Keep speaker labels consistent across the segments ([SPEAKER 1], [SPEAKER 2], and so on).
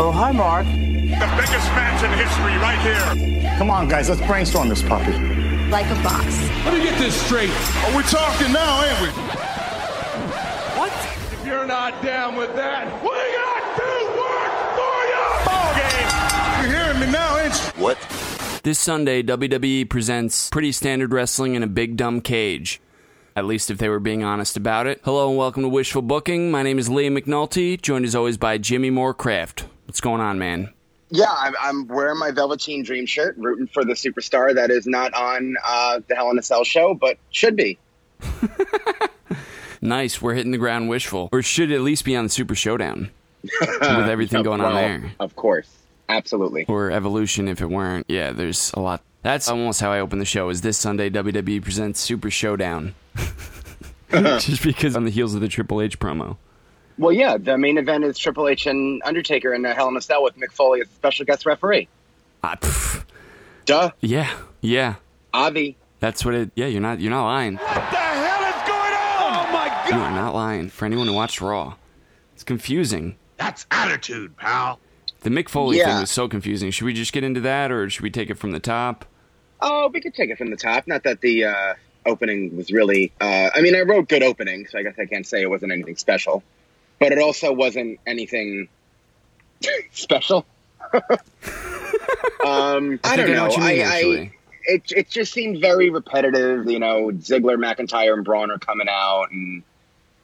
[SPEAKER 1] Oh, hi, Mark.
[SPEAKER 2] The biggest match in history right here.
[SPEAKER 3] Come on, guys, let's brainstorm this puppy.
[SPEAKER 4] Like a box.
[SPEAKER 5] Let me get this straight.
[SPEAKER 2] Oh, we're talking now, ain't we?
[SPEAKER 5] What? If you're not down with that, we got two words for you!
[SPEAKER 2] Ball game! You're hearing me now, ain't you?
[SPEAKER 6] What?
[SPEAKER 7] This Sunday, WWE presents Pretty Standard Wrestling in a Big Dumb Cage. At least if they were being honest about it. Hello and welcome to Wishful Booking. My name is Liam McNulty, joined as always by Jimmy Moorecraft. What's going on, man?
[SPEAKER 6] Yeah, I'm, I'm wearing my Velveteen Dream shirt, rooting for the superstar that is not on uh, the Hell in a Cell show, but should be.
[SPEAKER 7] nice, we're hitting the ground wishful. Or should at least be on the Super Showdown with everything going
[SPEAKER 6] Well,
[SPEAKER 7] on there.
[SPEAKER 6] Of course. Absolutely.
[SPEAKER 7] Or Evolution if it weren't. Yeah, there's a lot. That's almost how I open the show is this Sunday WWE presents Super Showdown. Just because on the heels of the Triple H promo.
[SPEAKER 6] Well, yeah, the main event is Triple H and Undertaker in a Hell in a Cell with Mick Foley as special guest referee.
[SPEAKER 7] Ah, pff.
[SPEAKER 6] Duh.
[SPEAKER 7] yeah, yeah.
[SPEAKER 6] Avi.
[SPEAKER 7] That's what it. Yeah, you're not. You're not lying. What the hell is going on? Oh my god! You are not lying. For anyone who watched Raw, it's confusing.
[SPEAKER 2] That's attitude, pal.
[SPEAKER 7] The Mick Foley
[SPEAKER 6] Yeah.
[SPEAKER 7] thing was so confusing. Should we just get into that, or should we take it from the top?
[SPEAKER 6] Oh, we could take it from the top. Not that the uh, opening was really. Uh, I mean, I wrote good opening, so I guess I can't say it wasn't anything special. But it also wasn't anything special. um, I,
[SPEAKER 7] think
[SPEAKER 6] don't
[SPEAKER 7] I know what you mean,
[SPEAKER 6] I,
[SPEAKER 7] actually.
[SPEAKER 6] it, it just seemed very repetitive. You know, Ziggler, McIntyre, and Braun are coming out, and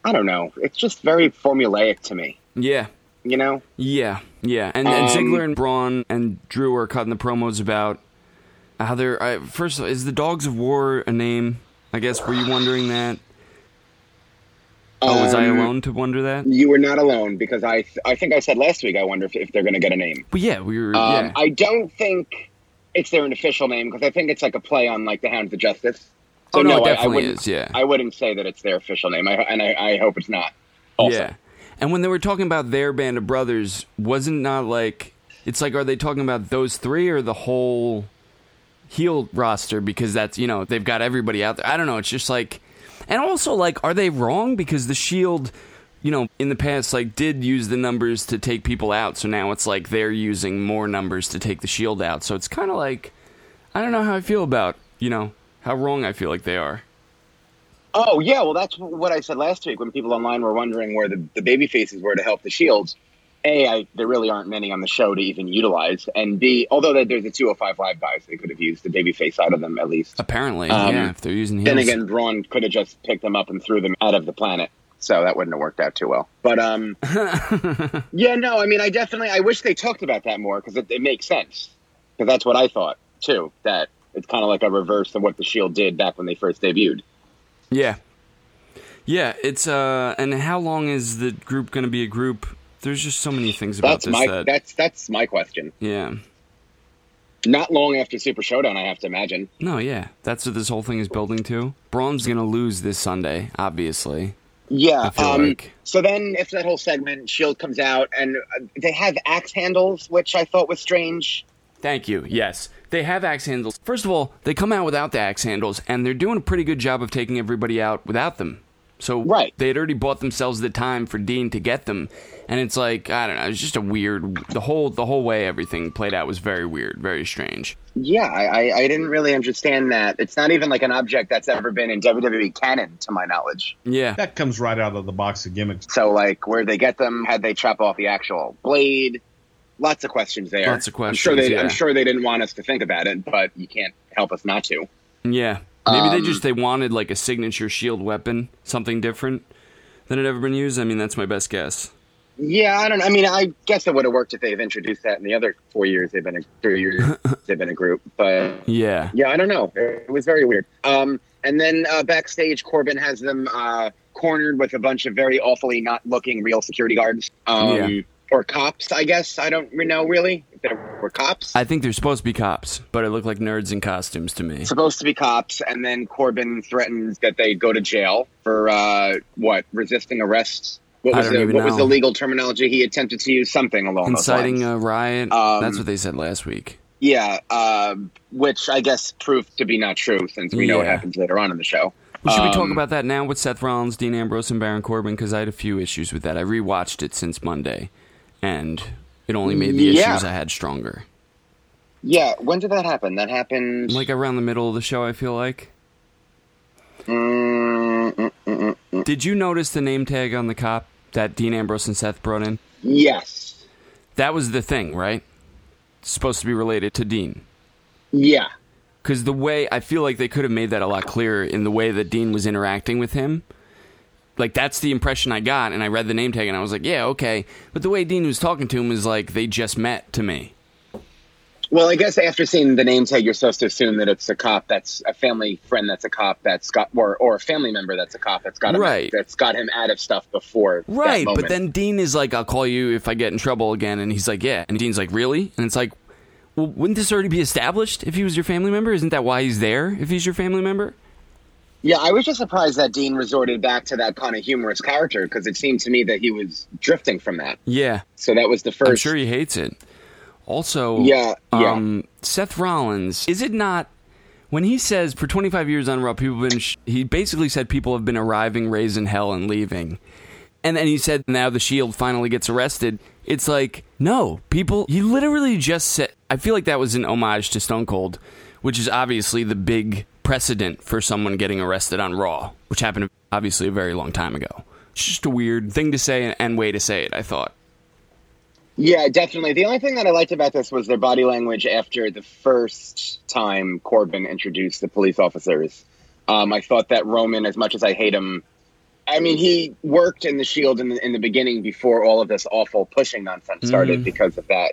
[SPEAKER 6] I don't know. It's just very formulaic to me.
[SPEAKER 7] Yeah,
[SPEAKER 6] You know,
[SPEAKER 7] yeah, yeah. And, and
[SPEAKER 6] Um,
[SPEAKER 7] Ziggler and Braun and Drew are cutting the promos about how they're. I, first, of all, is the Dogs of War a name? I guess were you wondering that? Oh, was I
[SPEAKER 6] Um,
[SPEAKER 7] alone to wonder that?
[SPEAKER 6] you were not alone because I I think I said last week. I wonder if, if they're going to get a name.
[SPEAKER 7] But yeah, we were.
[SPEAKER 6] Um,
[SPEAKER 7] yeah.
[SPEAKER 6] I don't think it's their official name because I think it's like a play on like the Hounds of Justice.
[SPEAKER 7] Oh, no, it
[SPEAKER 6] I-
[SPEAKER 7] definitely
[SPEAKER 6] I, wouldn't,
[SPEAKER 7] is, yeah.
[SPEAKER 6] I wouldn't say that it's their official name, I, and I, I hope it's not.
[SPEAKER 7] Yeah. And when they were talking about their band of brothers, wasn't not like it's like are they talking about those three or the whole heel roster because that's you know, they've got everybody out there. I don't know, it's just like and also like are they wrong because the shield you know, in the past, like, did use the numbers to take people out. So now it's like they're using more numbers to take the shield out. So it's kind of like, I don't know how I feel about, you know, how wrong I feel like they are.
[SPEAKER 6] Oh yeah, well that's what I said last week when people online were wondering where the, the baby faces were to help the Shields. A, I, there really aren't many on the show to even utilize, and B, although there- there's a 205 live guys, they could have used the baby face out of them at least.
[SPEAKER 7] Apparently,
[SPEAKER 6] Um,
[SPEAKER 7] yeah, if they're using heels.
[SPEAKER 6] Then again, Braun could have just picked them up and threw them out of the planet. So that wouldn't have worked out too well. But um, yeah, no, I mean, I definitely, I wish they talked about that more because it, it makes sense. Because that's what I thought too. That it's kind of like a reverse of what the Shield did back when they first debuted.
[SPEAKER 7] Yeah. Yeah, it's uh and how long is the group going to be a group? There's just so many things about
[SPEAKER 6] That's
[SPEAKER 7] this
[SPEAKER 6] my
[SPEAKER 7] that
[SPEAKER 6] that's that's my question.
[SPEAKER 7] yeah.
[SPEAKER 6] Not long after Super Showdown, I have to imagine.
[SPEAKER 7] No, yeah. That's what this whole thing is building to. Braun's going to lose this Sunday, obviously.
[SPEAKER 6] Yeah.
[SPEAKER 7] feel
[SPEAKER 6] um,
[SPEAKER 7] like-
[SPEAKER 6] So then, if that whole segment, Shield comes out and uh, they have axe handles, which I thought was strange.
[SPEAKER 7] Thank you. Yes. They have axe handles. First of all, they come out without the axe handles and they're doing a pretty good job of taking everybody out without them. So
[SPEAKER 6] Right.
[SPEAKER 7] they had already bought themselves the time for Dean to get them. And it's like, I don't know, it's just a weird the whole the whole way everything played out was very weird, very strange.
[SPEAKER 6] Yeah, I, I, I didn't really understand that. It's not even like an object that's ever been in WWE canon, to my knowledge.
[SPEAKER 7] Yeah.
[SPEAKER 8] That comes right out of the box of gimmicks.
[SPEAKER 6] So, like, where they get them? Had they chop off the actual blade? Lots of questions there.
[SPEAKER 7] Lots of
[SPEAKER 6] I'm sure they,
[SPEAKER 7] questions, yeah.
[SPEAKER 6] I'm sure they didn't want us to think about it, but you can't help us not to.
[SPEAKER 7] Yeah. Maybe they
[SPEAKER 6] Um,
[SPEAKER 7] just they wanted like a signature shield weapon, something different than had ever been used. I mean, that's my best guess.
[SPEAKER 6] Yeah, I don't. I mean, I guess it would have worked if they've introduced that in the other four years they've been a three years they've been a group. But
[SPEAKER 7] Yeah.
[SPEAKER 6] yeah, I don't know. It was very weird. Um, and then uh, backstage, Corbin has them uh, cornered with a bunch of very awfully not looking real security guards um,
[SPEAKER 7] Yeah.
[SPEAKER 6] or cops. I guess I don't re- know really if they were cops.
[SPEAKER 7] I think they're supposed to be cops, but it looked like nerds in costumes to me.
[SPEAKER 6] Supposed to be cops, and then Corbin threatens that they go to jail for uh, what resisting arrest. What
[SPEAKER 7] I
[SPEAKER 6] was
[SPEAKER 7] don't
[SPEAKER 6] the
[SPEAKER 7] even
[SPEAKER 6] what was
[SPEAKER 7] know.
[SPEAKER 6] the legal terminology he attempted to use? Something along those lines.
[SPEAKER 7] Inciting a riot.
[SPEAKER 6] Um,
[SPEAKER 7] that's what they said last week.
[SPEAKER 6] Yeah, um, which I guess proved to be not true since we know what
[SPEAKER 7] Yeah.
[SPEAKER 6] happens later on in the show.
[SPEAKER 7] Well, should we talk
[SPEAKER 6] um,
[SPEAKER 7] about that now with Seth Rollins, Dean Ambrose, and Baron Corbin? Because I had a few issues with that. I rewatched it since Monday, and It only made the
[SPEAKER 6] Yeah.
[SPEAKER 7] issues I had stronger.
[SPEAKER 6] Yeah, when did that happen? That happened.
[SPEAKER 7] Like around the middle of the show, I feel like. Did you notice the name tag on the cop that Dean Ambrose and Seth brought in?
[SPEAKER 6] yes.
[SPEAKER 7] That was the thing, right? It's supposed to be related to Dean.
[SPEAKER 6] Yeah.
[SPEAKER 7] because the way I feel like they could have made that a lot clearer in the way that Dean was interacting with him. Like that's the impression I got, and I read the name tag and I was like, yeah, okay. But the way Dean was talking to him was like they just met to me.
[SPEAKER 6] Well, I guess after seeing the name tag, you're supposed to assume that it's a cop that's a family friend that's a cop that's got or or a family member that's a cop that's got him,
[SPEAKER 7] Right.
[SPEAKER 6] that's got him out of stuff before. that
[SPEAKER 7] Right, but
[SPEAKER 6] moment.
[SPEAKER 7] then Dean is like, I'll call you if I get in trouble again, and he's like, yeah, and Dean's like, really? And it's like, well, wouldn't this already be established if he was your family member? Isn't that why he's there? If he's your family member?
[SPEAKER 6] yeah, I was just surprised that Dean resorted back to that kind of humorous character because it seemed to me that he was drifting from that.
[SPEAKER 7] Yeah,
[SPEAKER 6] So that was the
[SPEAKER 7] I'm
[SPEAKER 6] first.
[SPEAKER 7] sure he hates it. Also,
[SPEAKER 6] Yeah, yeah.
[SPEAKER 7] um, Seth Rollins, is it not when he says for 25 years on Raw, people have been, sh-, he basically said people have been arriving, raising hell, and leaving. And then he said, now the Shield finally gets arrested. It's like, no, people, he literally just said, I feel like that was an homage to Stone Cold, which is obviously the big precedent for someone getting arrested on Raw, which happened obviously a very long time ago. It's just a weird thing to say and- and way to say it, I thought.
[SPEAKER 6] Yeah, definitely. The only thing that I liked about this was their body language after the first time Corbin introduced the police officers. Um, I thought that Roman, as much as I hate him, I mean, he worked in the Shield in the, in the beginning before all of this awful pushing nonsense started
[SPEAKER 7] Mm.
[SPEAKER 6] because of that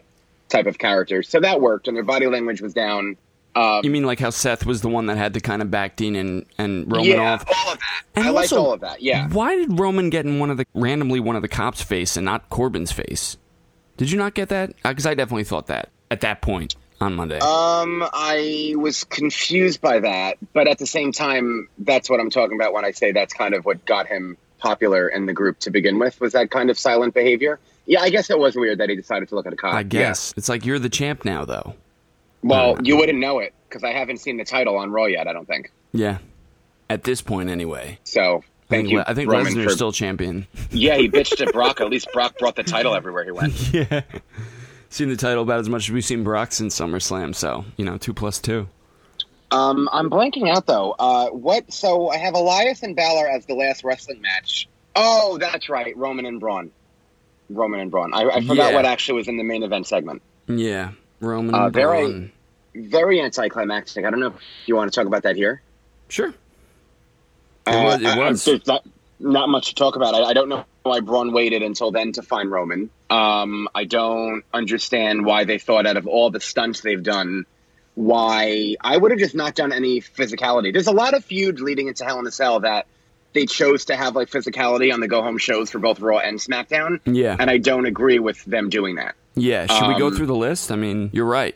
[SPEAKER 6] type of character. So that worked, and their body language was down.
[SPEAKER 7] You mean like how Seth was the one that had to kind of back Dean and, and Roman
[SPEAKER 6] yeah,
[SPEAKER 7] off?
[SPEAKER 6] all of that.
[SPEAKER 7] And
[SPEAKER 6] I liked
[SPEAKER 7] also,
[SPEAKER 6] all of that. Yeah.
[SPEAKER 7] Why did Roman get in one of the randomly one of the cops' face and not Corbin's face? Did you not get that? Because I definitely thought that at that point on Monday.
[SPEAKER 6] Um, I was confused by that, but at the same time, that's what I'm talking about when I say that's kind of what got him popular in the group to begin with was that kind of silent behavior. Yeah, I guess it was weird that he decided to look at a cop.
[SPEAKER 7] I guess it's like you're the champ now, though.
[SPEAKER 6] Yeah. Well, you wouldn't know it because I haven't seen the title on Raw yet. I don't think
[SPEAKER 7] Yeah, at this point anyway.
[SPEAKER 6] so. Thank
[SPEAKER 7] I think,
[SPEAKER 6] you.
[SPEAKER 7] Le- I think
[SPEAKER 6] Roman,
[SPEAKER 7] Lesnar's
[SPEAKER 6] for-
[SPEAKER 7] still champion.
[SPEAKER 6] Yeah, he bitched at Brock. At least Brock brought the title everywhere he went.
[SPEAKER 7] seen the title about as much as we've seen Brock since SummerSlam. So you know, two plus two.
[SPEAKER 6] Um, I'm blanking out though. Uh, what? So I have Elias and Balor as the last wrestling match. Oh, that's right, Roman and Braun. Roman and Braun. I, I forgot
[SPEAKER 7] Yeah.
[SPEAKER 6] what actually was in the main event segment.
[SPEAKER 7] Yeah, Roman.
[SPEAKER 6] Uh,
[SPEAKER 7] and
[SPEAKER 6] they're a-
[SPEAKER 7] Braun.
[SPEAKER 6] Very anticlimactic. I don't know if you want to talk about that here.
[SPEAKER 7] Sure. It was.
[SPEAKER 6] Uh,
[SPEAKER 7] It
[SPEAKER 6] I-
[SPEAKER 7] was.
[SPEAKER 6] there's not, not much to talk about. I, I don't know why Braun waited until then to find Roman. Um, I don't understand why they thought out of all the stunts they've done, why I would have just not done any physicality. There's a lot of feuds leading into Hell in a Cell that they chose to have like physicality on the go home shows for both Raw and SmackDown.
[SPEAKER 7] Yeah.
[SPEAKER 6] And I don't agree with them doing that.
[SPEAKER 7] Yeah, should we go
[SPEAKER 6] Um, Uh, oh,
[SPEAKER 7] through the list? I mean, you're right.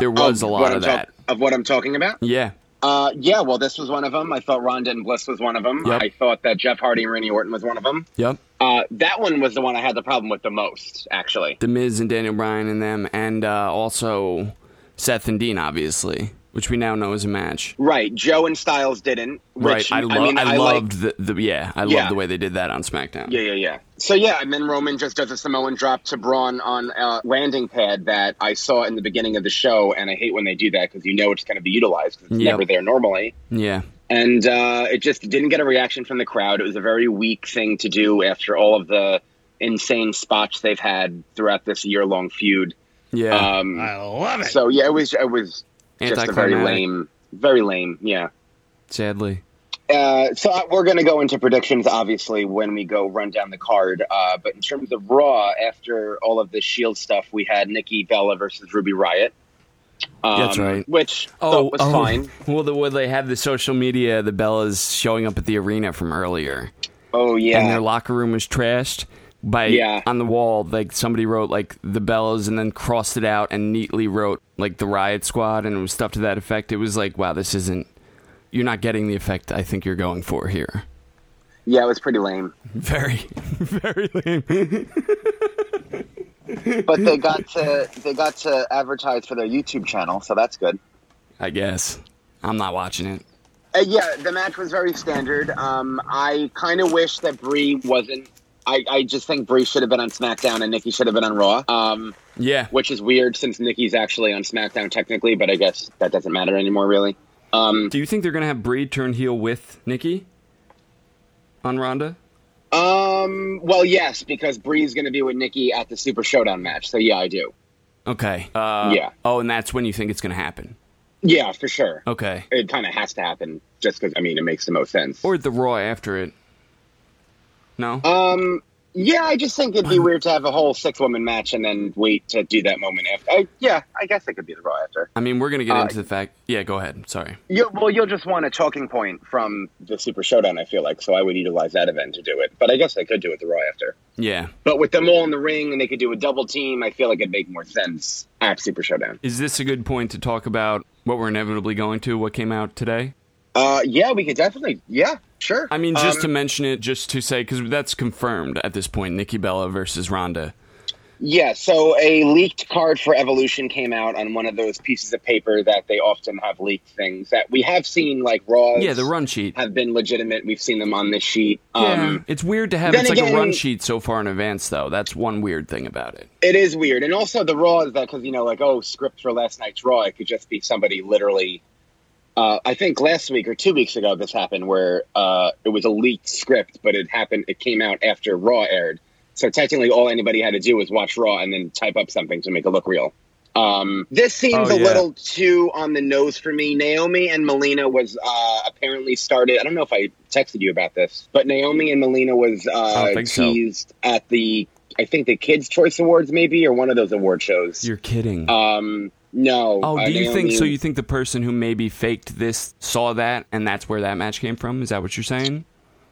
[SPEAKER 7] there was a lot
[SPEAKER 6] what
[SPEAKER 7] of
[SPEAKER 6] I'm
[SPEAKER 7] that.
[SPEAKER 6] talk- of what I'm talking about.
[SPEAKER 7] yeah.
[SPEAKER 6] Uh, yeah, well, this was one of them. I thought Ronda and Bliss was one of them.
[SPEAKER 7] Yep.
[SPEAKER 6] I thought that Jeff Hardy and Randy Orton was one of them.
[SPEAKER 7] Yep.
[SPEAKER 6] Uh, that one was the one I had the problem with the most, actually.
[SPEAKER 7] The Miz and Daniel Bryan and them, and uh, also Seth and Dean, obviously, which we now know is a match.
[SPEAKER 6] Right, Joe and Styles didn't. Which,
[SPEAKER 7] right. I, lo- I,
[SPEAKER 6] mean, I
[SPEAKER 7] loved
[SPEAKER 6] liked-
[SPEAKER 7] the, the yeah. I
[SPEAKER 6] Yeah.
[SPEAKER 7] loved the way they did that on SmackDown.
[SPEAKER 6] yeah, yeah, yeah. So yeah, and then Roman just does a Samoan drop to Braun on a landing pad that I saw in the beginning of the show, and I hate when they do that because you know it's going to be utilized 'cause it's
[SPEAKER 7] Yep.
[SPEAKER 6] never there normally.
[SPEAKER 7] Yeah.
[SPEAKER 6] and uh, it just didn't get a reaction from the crowd. It was a very weak thing to do after all of the insane spots they've had throughout this year-long feud.
[SPEAKER 7] Yeah.
[SPEAKER 6] Um,
[SPEAKER 8] I love it.
[SPEAKER 6] so yeah, it was it was just a very
[SPEAKER 7] Anticlimactic.
[SPEAKER 6] lame, very lame. Yeah.
[SPEAKER 7] Sadly.
[SPEAKER 6] Uh, so uh, we're going to go into predictions, obviously, when we go run down the card. Uh, but in terms of Raw, after all of the Shield E stuff, we had Nikki Bella versus Ruby Riot. Um,
[SPEAKER 7] That's right. Oh,
[SPEAKER 6] Which thought was fine.
[SPEAKER 7] Well, the well, they had the social media, the Bellas showing up at the arena from earlier,
[SPEAKER 6] Oh yeah.
[SPEAKER 7] and their locker room was trashed. By
[SPEAKER 6] Yeah.
[SPEAKER 7] on the wall, like somebody wrote like the Bellas, and then crossed it out and neatly wrote like the Riot Squad, and it was stuff to that effect. It was like, wow, this isn't. You're not getting the effect I think you're going for here.
[SPEAKER 6] yeah, it was pretty lame.
[SPEAKER 7] Very, very lame.
[SPEAKER 6] but they got to they got to advertise for their YouTube channel, so that's good.
[SPEAKER 7] I guess I'm not watching it.
[SPEAKER 6] Uh, yeah, the match was very standard. Um, I kind of wish that Brie wasn't I, I just think Bree should have been on SmackDown and Nikki should have been on Raw. Um,
[SPEAKER 7] Yeah.
[SPEAKER 6] which is weird since Nikki's actually on SmackDown technically, but I guess that doesn't matter anymore really. Um,
[SPEAKER 7] Do you think they're gonna have Brie turn heel with Nikki on Ronda?
[SPEAKER 6] um, well, yes, because Bree's going to be with Nikki at the Super Showdown match. So yeah, I do.
[SPEAKER 7] Okay. Uh,
[SPEAKER 6] Yeah.
[SPEAKER 7] Oh, and that's when you think it's gonna happen.
[SPEAKER 6] Yeah, for sure.
[SPEAKER 7] Okay.
[SPEAKER 6] It kind of has to happen just because I mean it makes the most sense.
[SPEAKER 7] Or the Raw after it. No.
[SPEAKER 6] um, yeah, I just think it'd be weird to have a whole six woman match and then wait to do that moment after. I, yeah, I guess it could be the Raw after.
[SPEAKER 7] I mean, we're gonna get
[SPEAKER 6] uh,
[SPEAKER 7] into the fact. Yeah. Go ahead. Sorry.
[SPEAKER 6] You, well, you'll just want a talking point from the Super Showdown. I feel like so I would utilize that event to do it, but I guess I could do it the Raw after.
[SPEAKER 7] Yeah.
[SPEAKER 6] But with them all in the ring and they could do a double team, I feel like it'd make more sense at Super Showdown.
[SPEAKER 7] Is this a good point to talk about what we're inevitably going to? What came out today?
[SPEAKER 6] Uh, yeah, we could definitely. Yeah, sure.
[SPEAKER 7] I mean, just
[SPEAKER 6] Um,
[SPEAKER 7] to mention it, just to say, because that's confirmed at this point: Nikki Bella versus Ronda.
[SPEAKER 6] Yeah, so a leaked card for Evolution came out on one of those pieces of paper that they often have leaked things that we have seen, like Raw.
[SPEAKER 7] Yeah, the run sheet.
[SPEAKER 6] have been legitimate. We've seen them on this sheet.
[SPEAKER 7] Yeah.
[SPEAKER 6] Um,
[SPEAKER 7] It's weird to have
[SPEAKER 6] then
[SPEAKER 7] it's like a
[SPEAKER 6] again-
[SPEAKER 7] run sheet so far in advance, though. That's one weird thing about it.
[SPEAKER 6] It is weird, and also the Raw is that because you know, like, oh, script for last night's Raw, it could just be somebody literally. Uh, I think last week or two weeks ago, this happened where uh, it was a leaked script, but it happened. It came out after Raw aired, so technically, all anybody had to do was watch Raw and then type up something to make it look real. Um, this seems
[SPEAKER 7] Oh,
[SPEAKER 6] a
[SPEAKER 7] yeah.
[SPEAKER 6] little too on the nose for me. Naomi and Melina was uh, apparently started. I don't know if I texted you about this, but Naomi and Melina was
[SPEAKER 7] don't
[SPEAKER 6] uh,
[SPEAKER 7] think so.
[SPEAKER 6] teased at the I think the Kids Choice Awards maybe or one of those award shows.
[SPEAKER 7] You're kidding.
[SPEAKER 6] um, no.
[SPEAKER 7] oh, do
[SPEAKER 6] uh,
[SPEAKER 7] you think
[SPEAKER 6] Naomi-
[SPEAKER 7] so? You think the person who maybe faked this saw that, and that's where that match came from? Is that what you're saying?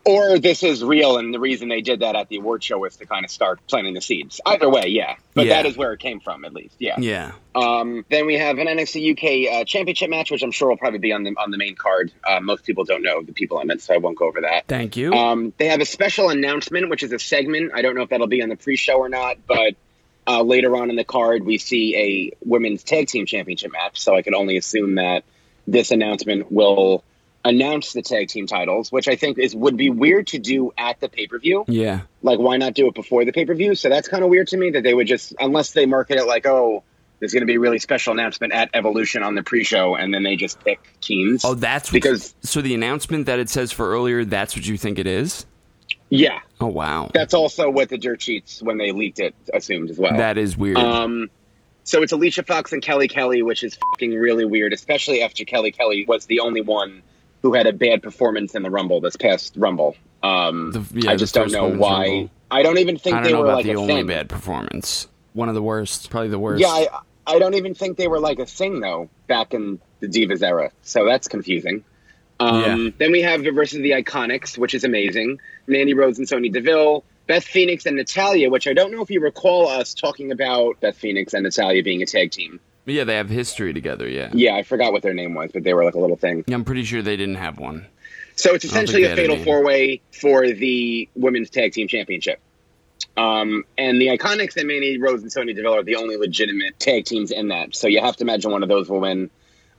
[SPEAKER 6] or this is real, and the reason they did that at the award show was to kind of start planting the seeds. Either way, yeah, but
[SPEAKER 7] Yeah.
[SPEAKER 6] that is where it came from, at least. Yeah.
[SPEAKER 7] Yeah.
[SPEAKER 6] Um, then we have an NXT UK uh, championship match, which I'm sure will probably be on the on the main card. Uh, most people don't know the people on it, so I won't go over that.
[SPEAKER 7] Thank you.
[SPEAKER 6] Um, they have a special announcement, which is a segment. I don't know if that'll be on the pre-show or not, but uh, later on in the card, we see a women's tag team championship match. So I can only assume that this announcement will announce the tag team titles, which I think is would be weird to do at the pay-per-view.
[SPEAKER 7] yeah.
[SPEAKER 6] Like, why not do it before the pay-per-view? So that's kind of weird to me that they would just, unless they market it like, oh. There's going to be a really special announcement at Evolution on the pre-show, and then they just pick teams.
[SPEAKER 7] Oh, that's what,
[SPEAKER 6] because
[SPEAKER 7] so the announcement that it says for earlier. That's what you think it is.
[SPEAKER 6] yeah,
[SPEAKER 7] Oh wow,
[SPEAKER 6] that's also what the dirt sheets when they leaked it assumed as well.
[SPEAKER 7] that is weird.
[SPEAKER 6] um, so it's Alicia Fox and Kelly Kelly, which is fucking really weird, especially after Kelly Kelly was the only one who had a bad performance in the Rumble this past Rumble. Um,
[SPEAKER 7] The- yeah,
[SPEAKER 6] I
[SPEAKER 7] the
[SPEAKER 6] just don't
[SPEAKER 7] first
[SPEAKER 6] know
[SPEAKER 7] women's
[SPEAKER 6] why.
[SPEAKER 7] Rumble.
[SPEAKER 6] I don't even think
[SPEAKER 7] I don't
[SPEAKER 6] they
[SPEAKER 7] know
[SPEAKER 6] were
[SPEAKER 7] about
[SPEAKER 6] like
[SPEAKER 7] the
[SPEAKER 6] a
[SPEAKER 7] only
[SPEAKER 6] thing.
[SPEAKER 7] bad performance. One of the worst, probably the worst.
[SPEAKER 6] Yeah, I, I don't even think they were like a thing though back in the Divas era. So that's confusing. Um,
[SPEAKER 7] Yeah.
[SPEAKER 6] Then we have the versus the Iconics, which is amazing. Mandy Rhodes and Sonya Deville, Beth Phoenix and Natalia, which I don't know if you recall us talking about Beth Phoenix and Natalia being a tag team.
[SPEAKER 7] But yeah, they have history together. Yeah.
[SPEAKER 6] Yeah, I forgot what their name was, but they were like a little thing.
[SPEAKER 7] I'm pretty sure they didn't have one.
[SPEAKER 6] So it's
[SPEAKER 7] don't think
[SPEAKER 6] essentially
[SPEAKER 7] they
[SPEAKER 6] a
[SPEAKER 7] had a
[SPEAKER 6] fatal
[SPEAKER 7] name.
[SPEAKER 6] four way for the women's tag team championship. Um, and the Iconics and Manny Rose and Sonya Deville are the only legitimate tag teams in that. So you have to imagine one of those will win.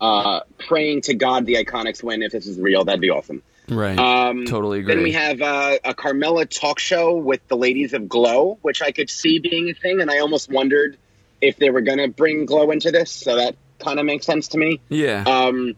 [SPEAKER 6] Uh, praying to God the Iconics win if this is real. That'd be awesome.
[SPEAKER 7] Right.
[SPEAKER 6] Um,
[SPEAKER 7] totally agree.
[SPEAKER 6] Then we have uh, a Carmella talk show with the ladies of Glow, which I could see being a thing. And I almost wondered if they were going to bring Glow into this. So that kind of makes sense to me.
[SPEAKER 7] yeah.
[SPEAKER 6] Um,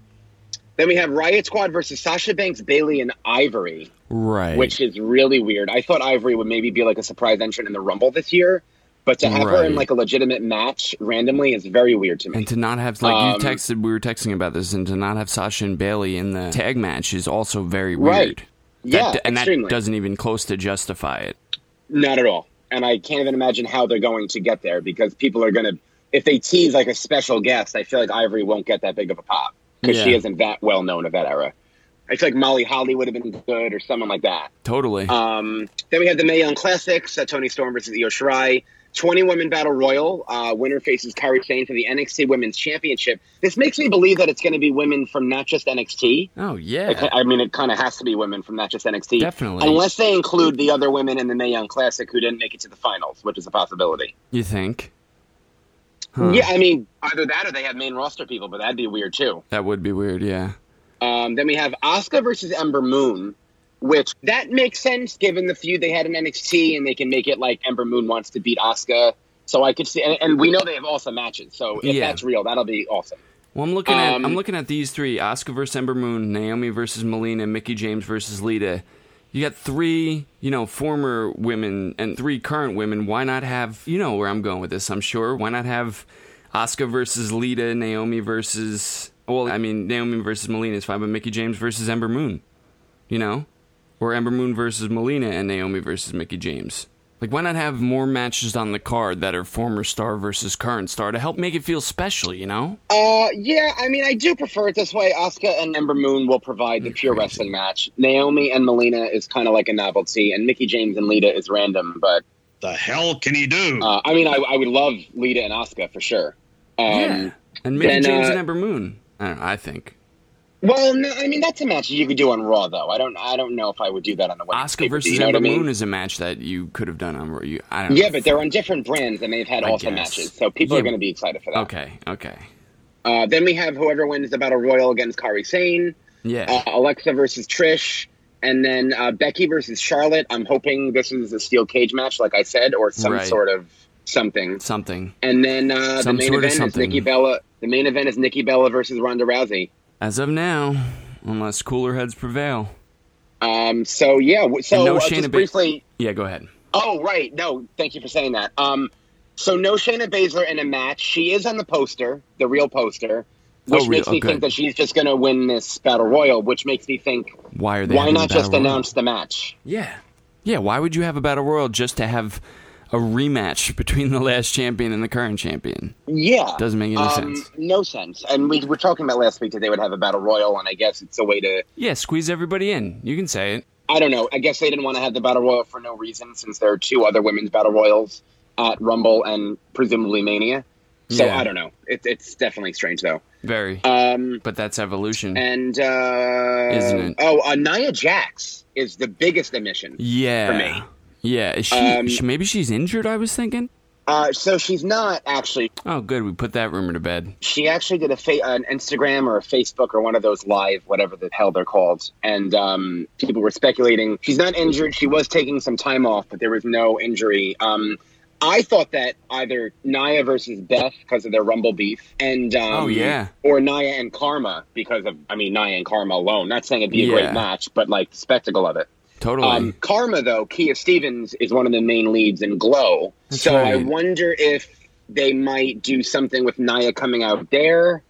[SPEAKER 6] then we have Riot Squad versus Sasha Banks, Bailey, and Ivory,
[SPEAKER 7] right.
[SPEAKER 6] which is really weird. I thought Ivory would maybe be like a surprise entrant in the Rumble this year, but to have her
[SPEAKER 7] Right.
[SPEAKER 6] in like a legitimate match randomly is very weird to me.
[SPEAKER 7] and to not have like
[SPEAKER 6] um,
[SPEAKER 7] you texted, we were texting about this, and to not have Sasha and Bailey in the tag match is also very
[SPEAKER 6] Right.
[SPEAKER 7] weird.
[SPEAKER 6] yeah,
[SPEAKER 7] That- and
[SPEAKER 6] extremely.
[SPEAKER 7] that doesn't even close to justify it.
[SPEAKER 6] Not at all. And I can't even imagine how they're going to get there because people are going to, if they tease like a special guest, I feel like Ivory won't get that big of a pop because she
[SPEAKER 7] Yeah.
[SPEAKER 6] isn't that well known of that era. I feel like Molly Holly would have been good or someone like that.
[SPEAKER 7] Totally.
[SPEAKER 6] Um, then we have the Mae Young Classics, uh, Tony Storm versus Io Shirai. 20 women battle royal. Uh, winner faces Kyrie Sane for the NXT Women's Championship. This makes me believe that it's going to be women from not just NXT.
[SPEAKER 7] oh yeah.
[SPEAKER 6] It- I mean, it kind of has to be women from not just NXT.
[SPEAKER 7] Definitely.
[SPEAKER 6] Unless they include the other women in the Mae Young Classic who didn't make it to the finals, which is a possibility.
[SPEAKER 7] you think?
[SPEAKER 6] Yeah, I mean, either that or they have main roster people, but that'd be weird too.
[SPEAKER 7] That would be weird. Yeah.
[SPEAKER 6] Um, then we have Asuka versus Ember Moon, which that makes sense given the feud they had in NXT, and they can make it like Ember Moon wants to beat Asuka. So I could see, and, and we know they have awesome matches. So if
[SPEAKER 7] Yeah.
[SPEAKER 6] that's real, that'll be awesome.
[SPEAKER 7] Well, I'm looking at
[SPEAKER 6] Um,
[SPEAKER 7] I'm looking at these three: Oscar versus Ember Moon, Naomi versus Melina, Mickey James versus Lita. You got three, you know, former women and three current women. Why not have you know where I'm going with this? I'm sure. Why not have Oscar versus Lita, Naomi versus well, I mean Naomi versus Melina is fine, but Mickey James versus Ember Moon, you know, or Ember Moon versus Melina and Naomi versus Mickey James. Like, why not have more matches on the card that are former star versus current star to help make it feel special? You know.
[SPEAKER 6] Uh, yeah, I mean, I do prefer it this way. Asuka and Ember Moon will provide the pure wrestling match. Naomi and Melina is kind of like a novelty, and Mickey James and Lita is random. But
[SPEAKER 1] The hell can he do?
[SPEAKER 6] uh, I mean, I, I would love Lita and Asuka for sure. Um,
[SPEAKER 7] Yeah. And Mickey
[SPEAKER 6] then,
[SPEAKER 7] James
[SPEAKER 6] uh,
[SPEAKER 7] and Ember Moon. I don't know, I think.
[SPEAKER 6] Well, no, I mean, that's a match you could do on Raw, though. I don't, I don't know if I would do that on the Wednesday.
[SPEAKER 7] Oscar versus
[SPEAKER 6] you know what
[SPEAKER 7] Ember
[SPEAKER 6] I mean?
[SPEAKER 7] Moon is a match that you could have done on Raw. You- I don't
[SPEAKER 6] Yeah,
[SPEAKER 7] know.
[SPEAKER 6] but they're on different brands, and they've had
[SPEAKER 7] I
[SPEAKER 6] awesome
[SPEAKER 7] guess.
[SPEAKER 6] matches, so people
[SPEAKER 7] Yeah.
[SPEAKER 6] are going to be excited for that.
[SPEAKER 7] Okay, okay.
[SPEAKER 6] Uh, then we have whoever wins the Battle Royal against Kari Sane.
[SPEAKER 7] Yeah.
[SPEAKER 6] uh, Alexa versus Trish, and then uh, Becky versus Charlotte. I'm hoping this is a steel cage match, like I said, or some
[SPEAKER 7] Right.
[SPEAKER 6] sort of something.
[SPEAKER 7] Something.
[SPEAKER 6] And then uh, the
[SPEAKER 7] Some
[SPEAKER 6] main
[SPEAKER 7] sort of
[SPEAKER 6] event is
[SPEAKER 7] something.
[SPEAKER 6] Nikki Bella. The main event is Nikki Bella versus Ronda Rousey.
[SPEAKER 7] As of now, unless cooler heads prevail.
[SPEAKER 6] Um, so yeah, w- so
[SPEAKER 7] And no
[SPEAKER 6] uh,
[SPEAKER 7] Shayna
[SPEAKER 6] just
[SPEAKER 7] Ba-
[SPEAKER 6] briefly.
[SPEAKER 7] Yeah, go ahead.
[SPEAKER 6] Oh right, no, thank you for saying that. Um, so no Shayna Baszler in a match. She is on the poster, the real poster, which
[SPEAKER 7] Oh, real-
[SPEAKER 6] makes me
[SPEAKER 7] okay.
[SPEAKER 6] think that she's just going to win this battle royal. Which makes me think,
[SPEAKER 7] Why are they
[SPEAKER 6] why
[SPEAKER 7] having a
[SPEAKER 6] not just
[SPEAKER 7] battle royal?
[SPEAKER 6] announce the match?
[SPEAKER 7] Yeah. Yeah, why would you have a battle royal just to have a rematch between the last champion and the current champion?
[SPEAKER 6] Yeah,
[SPEAKER 7] Doesn't make any
[SPEAKER 6] Um,
[SPEAKER 7] sense.
[SPEAKER 6] No sense. And we were talking about last week that they would have a battle royal, and I guess it's a way to.
[SPEAKER 7] Yeah, squeeze everybody in. You can say it.
[SPEAKER 6] I don't know. I guess they didn't want to have the battle royal for no reason, since there are two other women's battle royals at Rumble and presumably Mania. So
[SPEAKER 7] Yeah.
[SPEAKER 6] I don't know. It, it's definitely strange though.
[SPEAKER 7] Very.
[SPEAKER 6] Um,
[SPEAKER 7] but that's evolution.
[SPEAKER 6] and uh,
[SPEAKER 7] Isn't it?
[SPEAKER 6] oh, uh, Nia Jax is the biggest omission.
[SPEAKER 7] yeah.
[SPEAKER 6] for me.
[SPEAKER 7] Yeah, is she,
[SPEAKER 6] Um,
[SPEAKER 7] she maybe she's injured, I was thinking.
[SPEAKER 6] Uh, so she's not actually.
[SPEAKER 7] Oh, good. We put that rumor to bed.
[SPEAKER 6] She actually did a fa- an Instagram or a Facebook or one of those live, whatever the hell they're called, and um, people were speculating she's not injured. She was taking some time off, but there was no injury. Um, I thought that either Naya versus Beth because of their Rumble beef, and um,
[SPEAKER 7] Oh, yeah.
[SPEAKER 6] or Naya and Karma because of I mean Naya and Karma alone. Not saying it'd be a
[SPEAKER 7] Yeah.
[SPEAKER 6] great match, but like the spectacle of it.
[SPEAKER 7] Totally.
[SPEAKER 6] Um, Karma, though, Kia Stevens is one of the main leads in Glow. so I
[SPEAKER 7] right.
[SPEAKER 6] wonder if they might do something with Naya coming out there.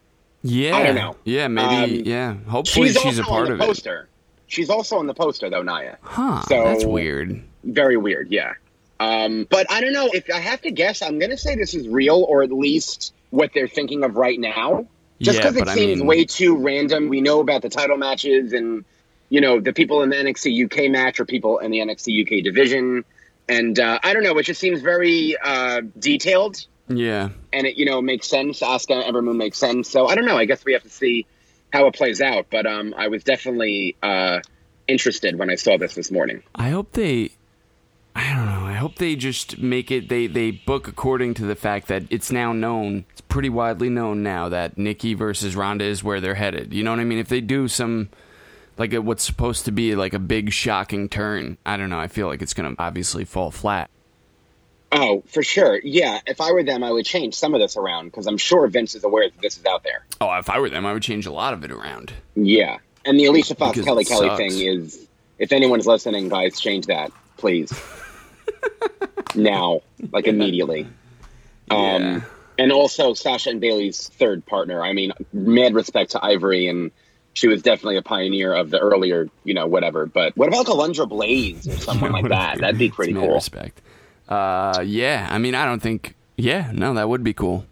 [SPEAKER 7] yeah.
[SPEAKER 6] I don't know.
[SPEAKER 7] Yeah, maybe.
[SPEAKER 6] Um,
[SPEAKER 7] yeah. Hopefully she's, a
[SPEAKER 6] also
[SPEAKER 7] part
[SPEAKER 6] on
[SPEAKER 7] of
[SPEAKER 6] the poster. She's also on the poster, though, Naya.
[SPEAKER 7] it. Huh.
[SPEAKER 6] So-
[SPEAKER 7] that's weird.
[SPEAKER 6] Very weird, yeah. Um, but I don't know. If I have to guess, I'm going to say this is real, or at least what they're thinking of right now. Just
[SPEAKER 7] Yeah,
[SPEAKER 6] because
[SPEAKER 7] but
[SPEAKER 6] it
[SPEAKER 7] I
[SPEAKER 6] seems
[SPEAKER 7] mean-
[SPEAKER 6] way too random. We know about the title matches and, you know, the people in the NXT UK match or people in the NXT UK division. And uh, I don't know. It just seems very uh, detailed
[SPEAKER 7] Yeah.
[SPEAKER 6] and it, you know, makes sense. Asuka and Ember Moon makes sense. So I don't know. I guess we have to see how it plays out. But um, I was definitely uh, interested when I saw this this morning.
[SPEAKER 7] I hope they. I don't know. I hope they just make it. They they book according to the fact that it's now known. It's pretty widely known now that Nikki versus Ronda is where they're headed. You know what I mean? If they do some like a, what's supposed to be like a big shocking turn, I don't know. I feel like it's gonna obviously fall flat.
[SPEAKER 6] Oh, for sure. Yeah. If I were them, I would change some of this around because I'm sure Vince is aware that this is out there.
[SPEAKER 7] Oh, if I were them, I would change a lot of it around.
[SPEAKER 6] Yeah. And the Alicia Fox
[SPEAKER 7] Because
[SPEAKER 6] Kelly
[SPEAKER 7] it
[SPEAKER 6] Kelly
[SPEAKER 7] sucks.
[SPEAKER 6] thing is if anyone's listening, guys, change that, please. now, like immediately. Um,
[SPEAKER 7] Yeah.
[SPEAKER 6] And also Sasha and Bailey's third partner. I mean, mad respect to Ivory, and she was definitely a pioneer of the earlier, you know, whatever. But what about Galundra Blaze or someone like that? That'd be pretty
[SPEAKER 7] It's mad
[SPEAKER 6] cool.
[SPEAKER 7] Respect. Uh, yeah. I mean, I don't think. Yeah, no, that would be cool.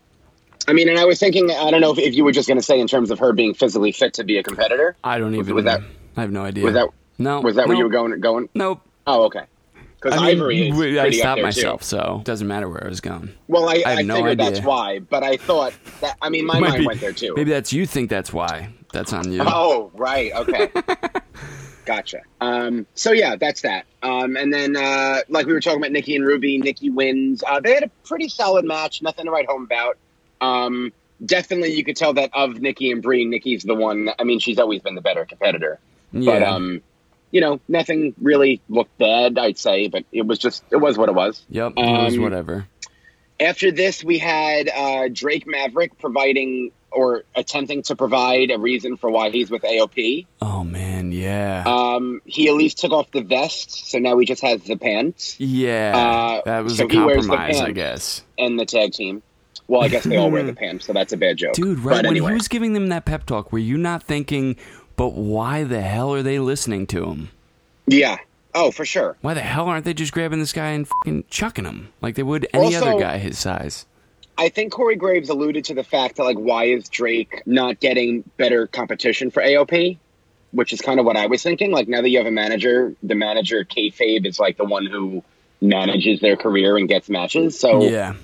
[SPEAKER 6] I mean, and I was thinking, I don't know if, if you were just going to say in terms of her being physically fit to be a competitor.
[SPEAKER 7] I don't even.
[SPEAKER 6] was that-
[SPEAKER 7] I have no idea.
[SPEAKER 6] was that-
[SPEAKER 7] no?
[SPEAKER 6] Was that where you were
[SPEAKER 7] nope,
[SPEAKER 6] going? Going?
[SPEAKER 7] Nope.
[SPEAKER 6] Oh, okay. Because
[SPEAKER 7] I mean,
[SPEAKER 6] Ivory is
[SPEAKER 7] w- I
[SPEAKER 6] pretty up there,
[SPEAKER 7] stopped
[SPEAKER 6] too.
[SPEAKER 7] myself, so doesn't matter where I was going.
[SPEAKER 6] Well, I,
[SPEAKER 7] I
[SPEAKER 6] I,
[SPEAKER 7] have no
[SPEAKER 6] figured that's
[SPEAKER 7] idea.
[SPEAKER 6] why, but I thought that I mean my
[SPEAKER 7] Might
[SPEAKER 6] mind
[SPEAKER 7] be-
[SPEAKER 6] went there too.
[SPEAKER 7] Maybe that's you think that's why. That's on you.
[SPEAKER 6] Oh, right, okay. gotcha. Um, so yeah, that's that. Um, and then uh, like we were talking about Nikki and Ruby, Nikki wins. Uh, they had a pretty solid match, nothing to write home about. Um, definitely you could tell that of Nikki and Bree, Nikki's the one I mean, she's always been the better competitor.
[SPEAKER 7] yeah.
[SPEAKER 6] But um you know, nothing really looked bad, I'd say, but it was just it was what it was.
[SPEAKER 7] Yep, it was
[SPEAKER 6] Um,
[SPEAKER 7] whatever.
[SPEAKER 6] After this, we had uh, Drake Maverick providing or attempting to provide a reason for why he's with AOP.
[SPEAKER 7] Oh man, yeah,
[SPEAKER 6] Um, he at least took off the vest, so now he just has the pants
[SPEAKER 7] yeah.
[SPEAKER 6] uh,
[SPEAKER 7] that was
[SPEAKER 6] so
[SPEAKER 7] a
[SPEAKER 6] he wears the
[SPEAKER 7] compromise, I
[SPEAKER 6] pants.
[SPEAKER 7] guess.
[SPEAKER 6] and the tag team. Well, I guess they all wear the pants, so that's a bad joke.
[SPEAKER 7] Dude,
[SPEAKER 6] But
[SPEAKER 7] right when
[SPEAKER 6] anyway.
[SPEAKER 7] he was giving them that pep talk, were you not thinking, but why the hell are they listening to him?
[SPEAKER 6] yeah. Oh, for sure.
[SPEAKER 7] Why the hell aren't they just grabbing this guy and fucking chucking him like they would any
[SPEAKER 6] Also-
[SPEAKER 7] other guy his size?
[SPEAKER 6] I think Corey Graves alluded to the fact that like why is Drake not getting better competition for AOP? Which is kind of what I was thinking. Like now that you have a manager, the manager kayfabe is like the one who manages their career and gets matches. So
[SPEAKER 7] Yeah.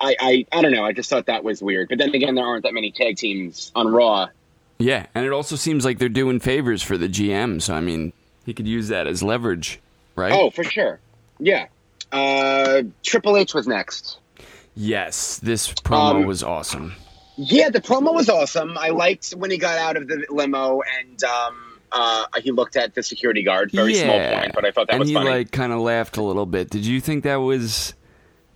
[SPEAKER 6] I, I I don't know. I just thought that was weird. But then again, there aren't that many tag teams on Raw.
[SPEAKER 7] Yeah, and it also seems like they're doing favors for the GM, so I mean, he could use that as leverage, right?
[SPEAKER 6] Oh, for sure. Yeah. Uh, Triple H was next.
[SPEAKER 7] Yes, this promo
[SPEAKER 6] Um,
[SPEAKER 7] was awesome.
[SPEAKER 6] Yeah, the promo was awesome. I liked when he got out of the limo and um, uh, he looked at the security guard. Very small
[SPEAKER 7] Yeah.
[SPEAKER 6] point, but I thought that
[SPEAKER 7] and
[SPEAKER 6] was
[SPEAKER 7] he
[SPEAKER 6] funny.
[SPEAKER 7] like kind of laughed a little bit. Did you think that was?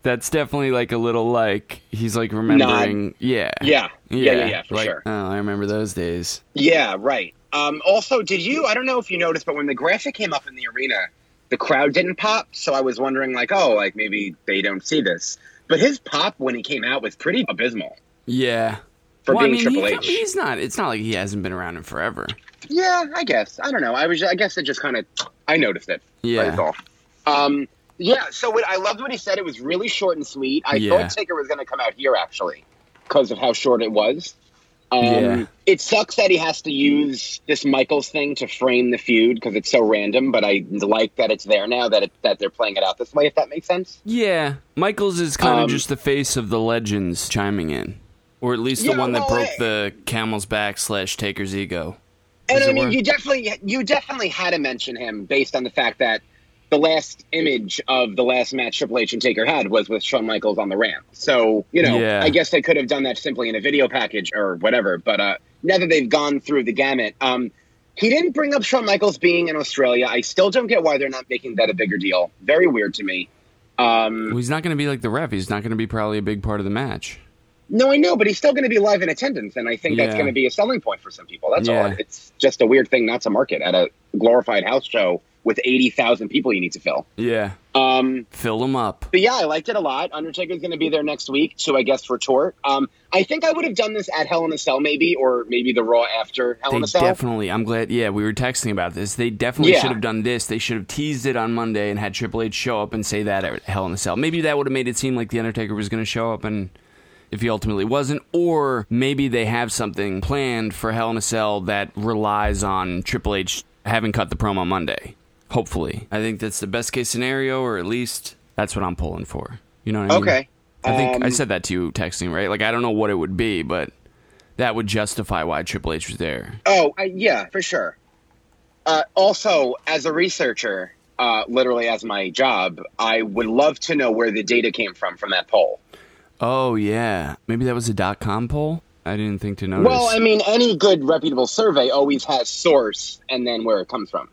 [SPEAKER 7] That's definitely like a little like he's like remembering. Yeah.
[SPEAKER 6] yeah. yeah, yeah, yeah, for
[SPEAKER 7] like,
[SPEAKER 6] sure.
[SPEAKER 7] Oh, I remember those days.
[SPEAKER 6] Yeah, right. Um, also, did you? I don't know if you noticed, but when the graphic came up in the arena, the crowd didn't pop. So I was wondering, like, oh, like maybe they don't see this. But his pop when he came out was pretty abysmal.
[SPEAKER 7] Yeah.
[SPEAKER 6] For
[SPEAKER 7] well,
[SPEAKER 6] being
[SPEAKER 7] I mean,
[SPEAKER 6] Triple
[SPEAKER 7] he-
[SPEAKER 6] H.
[SPEAKER 7] he's not. It's not like he hasn't been around in forever.
[SPEAKER 6] Yeah, I guess. I don't know. I was. I guess it just kind of. I noticed it.
[SPEAKER 7] Yeah.
[SPEAKER 6] That's all. Um. Yeah. So what, I loved what he said. It was really short and sweet. I
[SPEAKER 7] Yeah.
[SPEAKER 6] thought Taker was going to come out here actually, because of how short it was. Um,
[SPEAKER 7] Yeah.
[SPEAKER 6] It sucks that he has to use this Michaels thing to frame the feud because it's so random. But I like that it's there now that it, that they're playing it out this way. If that makes sense.
[SPEAKER 7] Yeah. Michaels is kind of
[SPEAKER 6] Um,
[SPEAKER 7] just the face of the legends chiming in, or at least the
[SPEAKER 6] Yeah,
[SPEAKER 7] one that
[SPEAKER 6] well,
[SPEAKER 7] broke
[SPEAKER 6] hey.
[SPEAKER 7] the camel's back slash Taker's ego.
[SPEAKER 6] And
[SPEAKER 7] Does
[SPEAKER 6] I
[SPEAKER 7] it
[SPEAKER 6] mean,
[SPEAKER 7] work?
[SPEAKER 6] you definitely you definitely had to mention him based on the fact that the last image of the last match Triple H and Taker had was with Shawn Michaels on the ramp. So you know,
[SPEAKER 7] Yeah.
[SPEAKER 6] I guess they could have done that simply in a video package or whatever. But uh, now that they've gone through the gamut, um, he didn't bring up Shawn Michaels being in Australia. I still don't get why they're not making that a bigger deal. Very weird to me. Um,
[SPEAKER 7] Well, he's not going to be like the ref. He's not going to be probably a big part of the match.
[SPEAKER 6] no, I know, but he's still going to be live in attendance, and I think that's
[SPEAKER 7] Yeah.
[SPEAKER 6] going to be a selling point for some people. That's
[SPEAKER 7] Yeah.
[SPEAKER 6] all. It's just a weird thing not to market at a glorified house show with eighty thousand people you need to fill.
[SPEAKER 7] Yeah.
[SPEAKER 6] Um,
[SPEAKER 7] Fill him up.
[SPEAKER 6] but yeah, I liked it a lot. Undertaker's going to be there next week, so I guess for tour. Um, I think I would have done this at Hell in a Cell, maybe, or maybe the Raw after Hell
[SPEAKER 7] They
[SPEAKER 6] in a Cell.
[SPEAKER 7] definitely. I'm glad. Yeah, we were texting about this. They definitely
[SPEAKER 6] Yeah.
[SPEAKER 7] should have done this. They should have teased it on Monday and had Triple H show up and say that at Hell in a Cell. Maybe that would have made it seem like the Undertaker was going to show up, and if he ultimately wasn't, or maybe they have something planned for Hell in a Cell that relies on Triple H having cut the promo Monday. Hopefully, I think that's the best case scenario, or at least that's what I'm pulling for. You know what I mean?
[SPEAKER 6] Okay.
[SPEAKER 7] I think I
[SPEAKER 6] Um,
[SPEAKER 7] said that to you texting, right? Like I don't know what it would be, but that would justify why Triple H was there.
[SPEAKER 6] Oh, I, yeah, for sure. Uh, also, as a researcher, uh, literally as my job, I would love to know where the data came from from that poll.
[SPEAKER 7] Oh yeah, maybe that was a dot com poll. I didn't think to notice.
[SPEAKER 6] Well, I mean, any good reputable survey always has source and then where it comes from.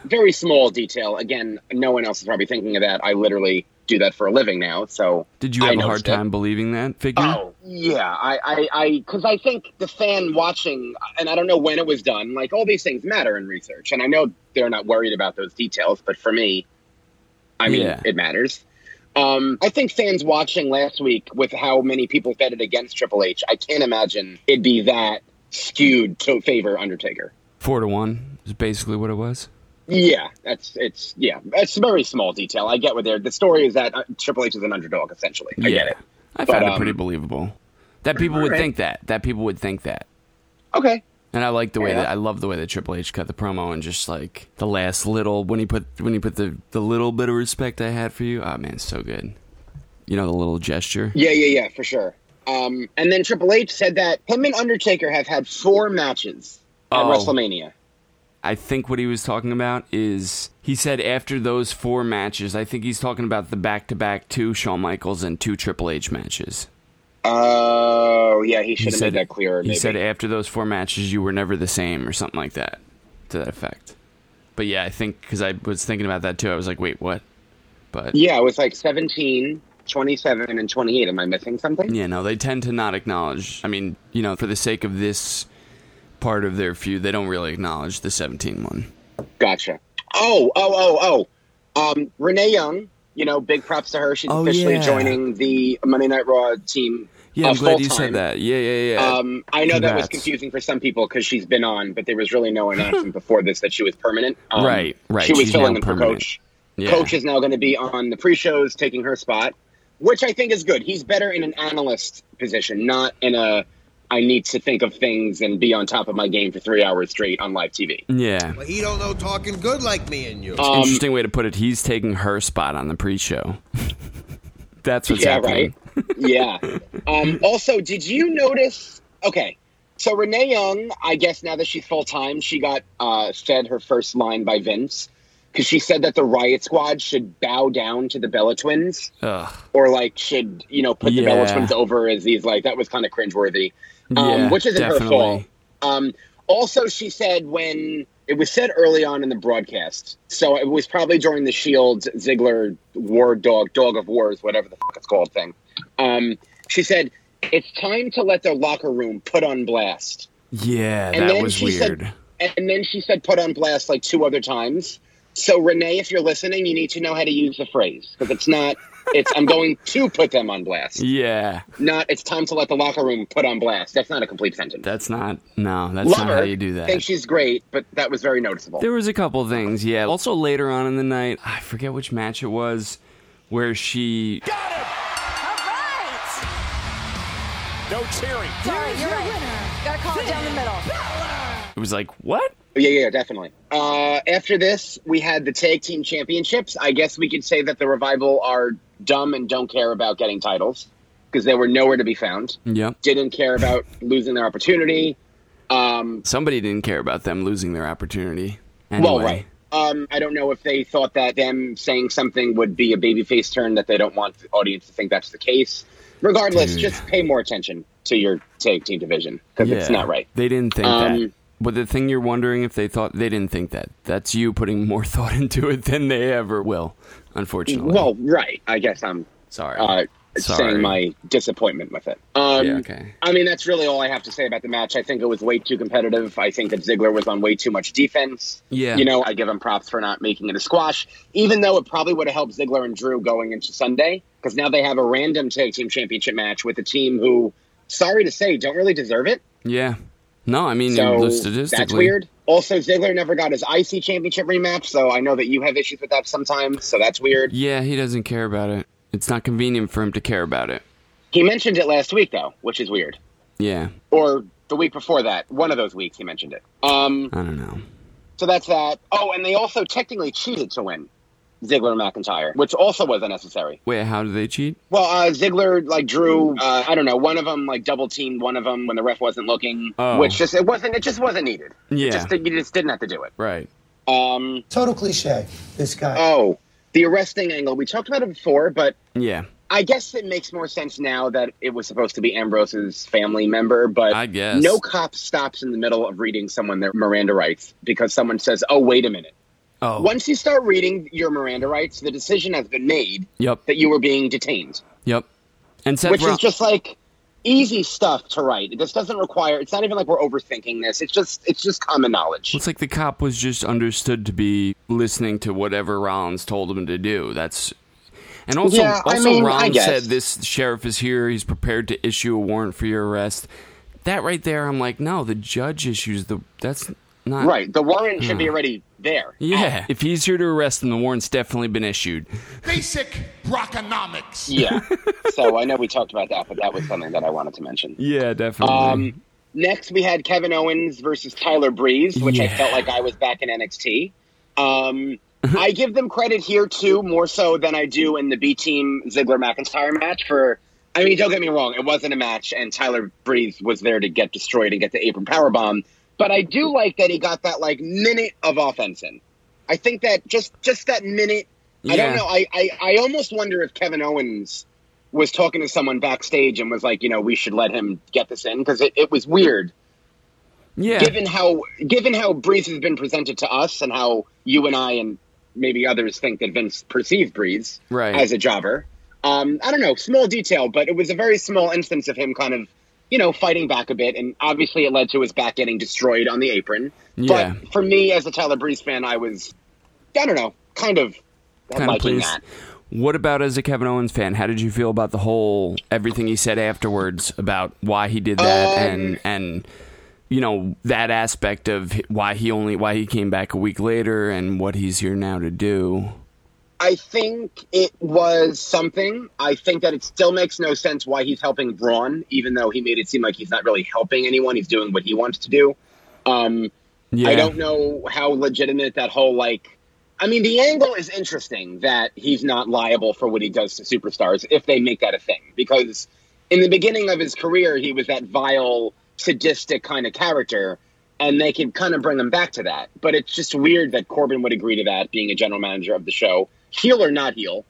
[SPEAKER 6] So very small detail. Again, no one else is probably thinking of that. I literally do that for a living now. So
[SPEAKER 7] did you
[SPEAKER 6] I
[SPEAKER 7] have a hard
[SPEAKER 6] noticed it.
[SPEAKER 7] time believing that figure?
[SPEAKER 6] Oh yeah, I I I because I think the fan watching, and I don't know when it was done. Like all these things matter in research, and I know they're not worried about those details, but for me, I mean,
[SPEAKER 7] Yeah.
[SPEAKER 6] it matters. Um, I think fans watching last week with how many people betted against Triple H, I can't imagine it'd be that skewed to favor Undertaker.
[SPEAKER 7] Four to one is basically what it was.
[SPEAKER 6] Yeah, that's it's yeah, it's a very small detail. I get what they're. The story is that uh, Triple H is an underdog essentially. I
[SPEAKER 7] yeah,
[SPEAKER 6] get it.
[SPEAKER 7] I
[SPEAKER 6] But,
[SPEAKER 7] found it
[SPEAKER 6] um,
[SPEAKER 7] pretty believable that people would
[SPEAKER 6] Alright.
[SPEAKER 7] think that. That people would think that.
[SPEAKER 6] Okay.
[SPEAKER 7] And I like the way
[SPEAKER 6] Yeah.
[SPEAKER 7] that I love the way that Triple H cut the promo and just like the last little when he put when he put the the little bit of respect I had for you. Oh man, so good. You know the little gesture.
[SPEAKER 6] Yeah, yeah, yeah, for sure. Um, and then Triple H said that him and Undertaker have had four matches at
[SPEAKER 7] Oh.
[SPEAKER 6] WrestleMania.
[SPEAKER 7] I think what he was talking about is he said after those four matches, I think he's talking about the back to back two Shawn Michaels and two Triple H matches.
[SPEAKER 6] Oh, yeah, he
[SPEAKER 7] He
[SPEAKER 6] should have
[SPEAKER 7] said
[SPEAKER 6] made that clearer.
[SPEAKER 7] He
[SPEAKER 6] maybe.
[SPEAKER 7] said after those four matches, you were never the same, or something like that, to that effect. But yeah, I think because I was thinking about that too. I was like, wait, what? But yeah.
[SPEAKER 6] Yeah, it was like 17, 27, and 28. Am I missing something?
[SPEAKER 7] no, they tend to not acknowledge. I mean, you know, for the sake of this part of their feud, they don't really acknowledge the 17 one.
[SPEAKER 6] Gotcha. Oh, oh, oh, oh. Um, Renee Young, you know, big props to her. She's
[SPEAKER 7] Oh,
[SPEAKER 6] officially
[SPEAKER 7] yeah.
[SPEAKER 6] joining the Monday Night Raw team.
[SPEAKER 7] Yeah,
[SPEAKER 6] uh,
[SPEAKER 7] I'm glad you
[SPEAKER 6] full-time.
[SPEAKER 7] said that. Yeah, yeah, yeah.
[SPEAKER 6] Um, I know that was
[SPEAKER 7] Congrats.
[SPEAKER 6] confusing for some people because she's been on, but there was really no announcement before this that she was permanent. Um,
[SPEAKER 7] Right, right,
[SPEAKER 6] She was
[SPEAKER 7] she's
[SPEAKER 6] filling
[SPEAKER 7] now
[SPEAKER 6] in for
[SPEAKER 7] permanent.
[SPEAKER 6] Coach.
[SPEAKER 7] Yeah.
[SPEAKER 6] Coach is now going to be on the pre-shows, taking her spot, which I think is good. He's better in an analyst position, not in a I need to think of things and be on top of my game for three hours straight on live TV.
[SPEAKER 7] yeah.
[SPEAKER 4] But he don't know talking good like me and you.
[SPEAKER 6] Um,
[SPEAKER 7] Interesting way to put it. He's taking her spot on the pre-show. That's what's
[SPEAKER 6] yeah,
[SPEAKER 7] happening.
[SPEAKER 6] right. yeah. Um, also, did you notice? Okay, so Renee Young, I guess now that she's full time, she got uh, fed her first line by Vince because she said that the Riot Squad should bow down to the Bella Twins,
[SPEAKER 7] Ugh.
[SPEAKER 6] or like should you know put the Bella
[SPEAKER 7] Yeah.
[SPEAKER 6] Twins over as these like that was kind of cringeworthy, um,
[SPEAKER 7] Yeah,
[SPEAKER 6] which isn't her
[SPEAKER 7] definitely.
[SPEAKER 6] fault. Um, also, she said when it was said early on in the broadcast, so it was probably during the Shield Ziggler War Dog Dog of Wars, whatever the fuck it's called thing. Um, she said it's time to let their locker room put on blast,
[SPEAKER 7] Yeah,
[SPEAKER 6] and
[SPEAKER 7] that was
[SPEAKER 6] she
[SPEAKER 7] weird.
[SPEAKER 6] said, and then she said put on blast like two other times. So Renee, if you're listening, you need to know how to use the phrase because it's not. It's I'm going to put them on blast.
[SPEAKER 7] yeah,
[SPEAKER 6] Not it's time to let the locker room put on blast. That's not a complete sentence.
[SPEAKER 7] that's not no, that's
[SPEAKER 6] Love
[SPEAKER 7] not
[SPEAKER 6] her.
[SPEAKER 7] how you do that.
[SPEAKER 6] Think she's great, but that was very noticeable.
[SPEAKER 7] There was a couple things, yeah. Also later on in the night, I forget which match it was, where she
[SPEAKER 2] No cheering.
[SPEAKER 9] Sorry, you're right. Gotta call it down the middle.
[SPEAKER 7] it was like, what?
[SPEAKER 6] Yeah, yeah, definitely. Uh, after this, we had the tag team championships. I guess we could say that the revival are dumb and don't care about getting titles because they were nowhere to be found.
[SPEAKER 7] Yep.
[SPEAKER 6] Didn't care about losing their opportunity. Um,
[SPEAKER 7] Somebody didn't care about them losing their opportunity. Anyway,
[SPEAKER 6] well, right. Um, I don't know if they thought that them saying something would be a babyface turn that they don't want the audience to think that's the case. Regardless,
[SPEAKER 7] Dude.
[SPEAKER 6] just pay more attention to your tag team division because it's
[SPEAKER 7] Yeah.
[SPEAKER 6] not right.
[SPEAKER 7] They didn't think that.
[SPEAKER 6] Um,
[SPEAKER 7] But the thing you're wondering if they thought they didn't think that. That's you putting more thought into it than they ever will, unfortunately.
[SPEAKER 6] Well, right. I guess I'm
[SPEAKER 7] sorry.
[SPEAKER 6] uh,
[SPEAKER 7] Sorry.
[SPEAKER 6] saying my disappointment with it. Um,
[SPEAKER 7] Yeah, okay.
[SPEAKER 6] I mean, that's really all I have to say about the match. I think it was way too competitive. I think that Ziggler was on way too much defense.
[SPEAKER 7] Yeah.
[SPEAKER 6] You know, I give him props for not making it a squash, even though it probably would have helped Ziggler and Drew going into Sunday because now they have a random tag team championship match with a team who, sorry to say, don't really deserve it.
[SPEAKER 7] Yeah. No, I mean
[SPEAKER 6] So
[SPEAKER 7] Mm, statistically.
[SPEAKER 6] that's weird. Also, Ziggler never got his IC championship rematch, so I know that you have issues with that sometimes. So that's weird.
[SPEAKER 7] Yeah, he doesn't care about it. It's not convenient for him to care about it.
[SPEAKER 6] He mentioned it last week though, which is weird.
[SPEAKER 7] Yeah.
[SPEAKER 6] Or the week before that, one of those weeks he mentioned it. Um,
[SPEAKER 7] I don't know.
[SPEAKER 6] so that's that. Oh, and they also technically cheated to win Ziggler and McIntyre, which also was unnecessary.
[SPEAKER 7] Wait, how do they cheat?
[SPEAKER 6] Well, uh, Ziggler like drew. Uh, I don't know. One of them like double teamed one of them when the ref wasn't looking,
[SPEAKER 7] Oh.
[SPEAKER 6] which just it wasn't. It just wasn't needed. It
[SPEAKER 7] Yeah.
[SPEAKER 6] just, you just didn't have to do it.
[SPEAKER 7] Right.
[SPEAKER 6] Um,
[SPEAKER 4] Total cliche, this guy.
[SPEAKER 6] oh, the arresting angle. We talked about it before, but
[SPEAKER 7] Yeah.
[SPEAKER 6] I guess it makes more sense now that it was supposed to be Ambrose's family member, but
[SPEAKER 7] I guess.
[SPEAKER 6] no cop stops in the middle of reading someone their Miranda rights because someone says, "Oh, wait a minute."
[SPEAKER 7] Oh.
[SPEAKER 6] Once you start reading your Miranda rights, the decision has been made
[SPEAKER 7] Yep.
[SPEAKER 6] that you were being detained,
[SPEAKER 7] Yep. And Seth
[SPEAKER 6] which
[SPEAKER 7] Ro-
[SPEAKER 6] is just like easy stuff to write. This doesn't require. It's not even like we're overthinking this. It's just it's just common knowledge.
[SPEAKER 7] It's like the cop was just understood to be listening to whatever Rollins told him to do. That's and also
[SPEAKER 6] Yeah, I
[SPEAKER 7] also
[SPEAKER 6] mean, I
[SPEAKER 7] Rollins
[SPEAKER 6] guess.
[SPEAKER 7] said this sheriff is here. He's prepared to issue a warrant for your arrest. That right there, I'm like, no, the judge issues the. That's not
[SPEAKER 6] Right. The warrant should
[SPEAKER 7] Hmm.
[SPEAKER 6] be already there.
[SPEAKER 7] Yeah, if he's here to arrest him, the warrant's definitely been issued.
[SPEAKER 2] Basic rockonomics.
[SPEAKER 6] Yeah. so I know we talked about that, but that was something that I wanted to mention.
[SPEAKER 7] Yeah, definitely.
[SPEAKER 6] Um, next, we had Kevin Owens versus Tyler Breeze, which I
[SPEAKER 7] Yeah.
[SPEAKER 6] felt like I was back in NXT. Um, I give them credit here too, more so than I do in the B Team Ziggler McIntyre match. For I mean, don't get me wrong, it wasn't a match, and Tyler Breeze was there to get destroyed and get the apron powerbomb. But I do like that he got that like minute of offense in. I think that just just that minute. I
[SPEAKER 7] Yeah.
[SPEAKER 6] don't know. I, I I almost wonder if Kevin Owens was talking to someone backstage and was like, you know, we should let him get this in because it, it was weird.
[SPEAKER 7] Yeah.
[SPEAKER 6] given how given how Breeze has been presented to us and how you and I and maybe others think that Vince perceived Breeze
[SPEAKER 7] Right.
[SPEAKER 6] as a jobber. Um, I don't know, small detail, but it was a very small instance of him kind of, you know, fighting back a bit, and obviously it led to his back getting destroyed on the apron.
[SPEAKER 7] Yeah.
[SPEAKER 6] But for me, as a Tyler Breeze fan, I was, I don't know, kind of
[SPEAKER 7] kind of
[SPEAKER 6] liking
[SPEAKER 7] pleased.
[SPEAKER 6] that.
[SPEAKER 7] What about as a Kevin Owens fan? How did you feel about the whole everything he said afterwards about why he did
[SPEAKER 6] Um,
[SPEAKER 7] that and and you know that aspect of h- why he only why he came back a week later and what he's here now to do?
[SPEAKER 6] I think it was something. I think that it still makes no sense why he's helping Braun, even though he made it seem like he's not really helping anyone. He's doing what he wants to do. Um,
[SPEAKER 7] Yeah,
[SPEAKER 6] I don't know how legitimate that whole like. I mean, the angle is interesting that he's not liable for what he does to superstars if they make that a thing. Because in the beginning of his career, he was that vile, sadistic kind of character, and they can kind of bring him back to that. But it's just weird that Corbin would agree to that, being a general manager of the show, heel or not heel.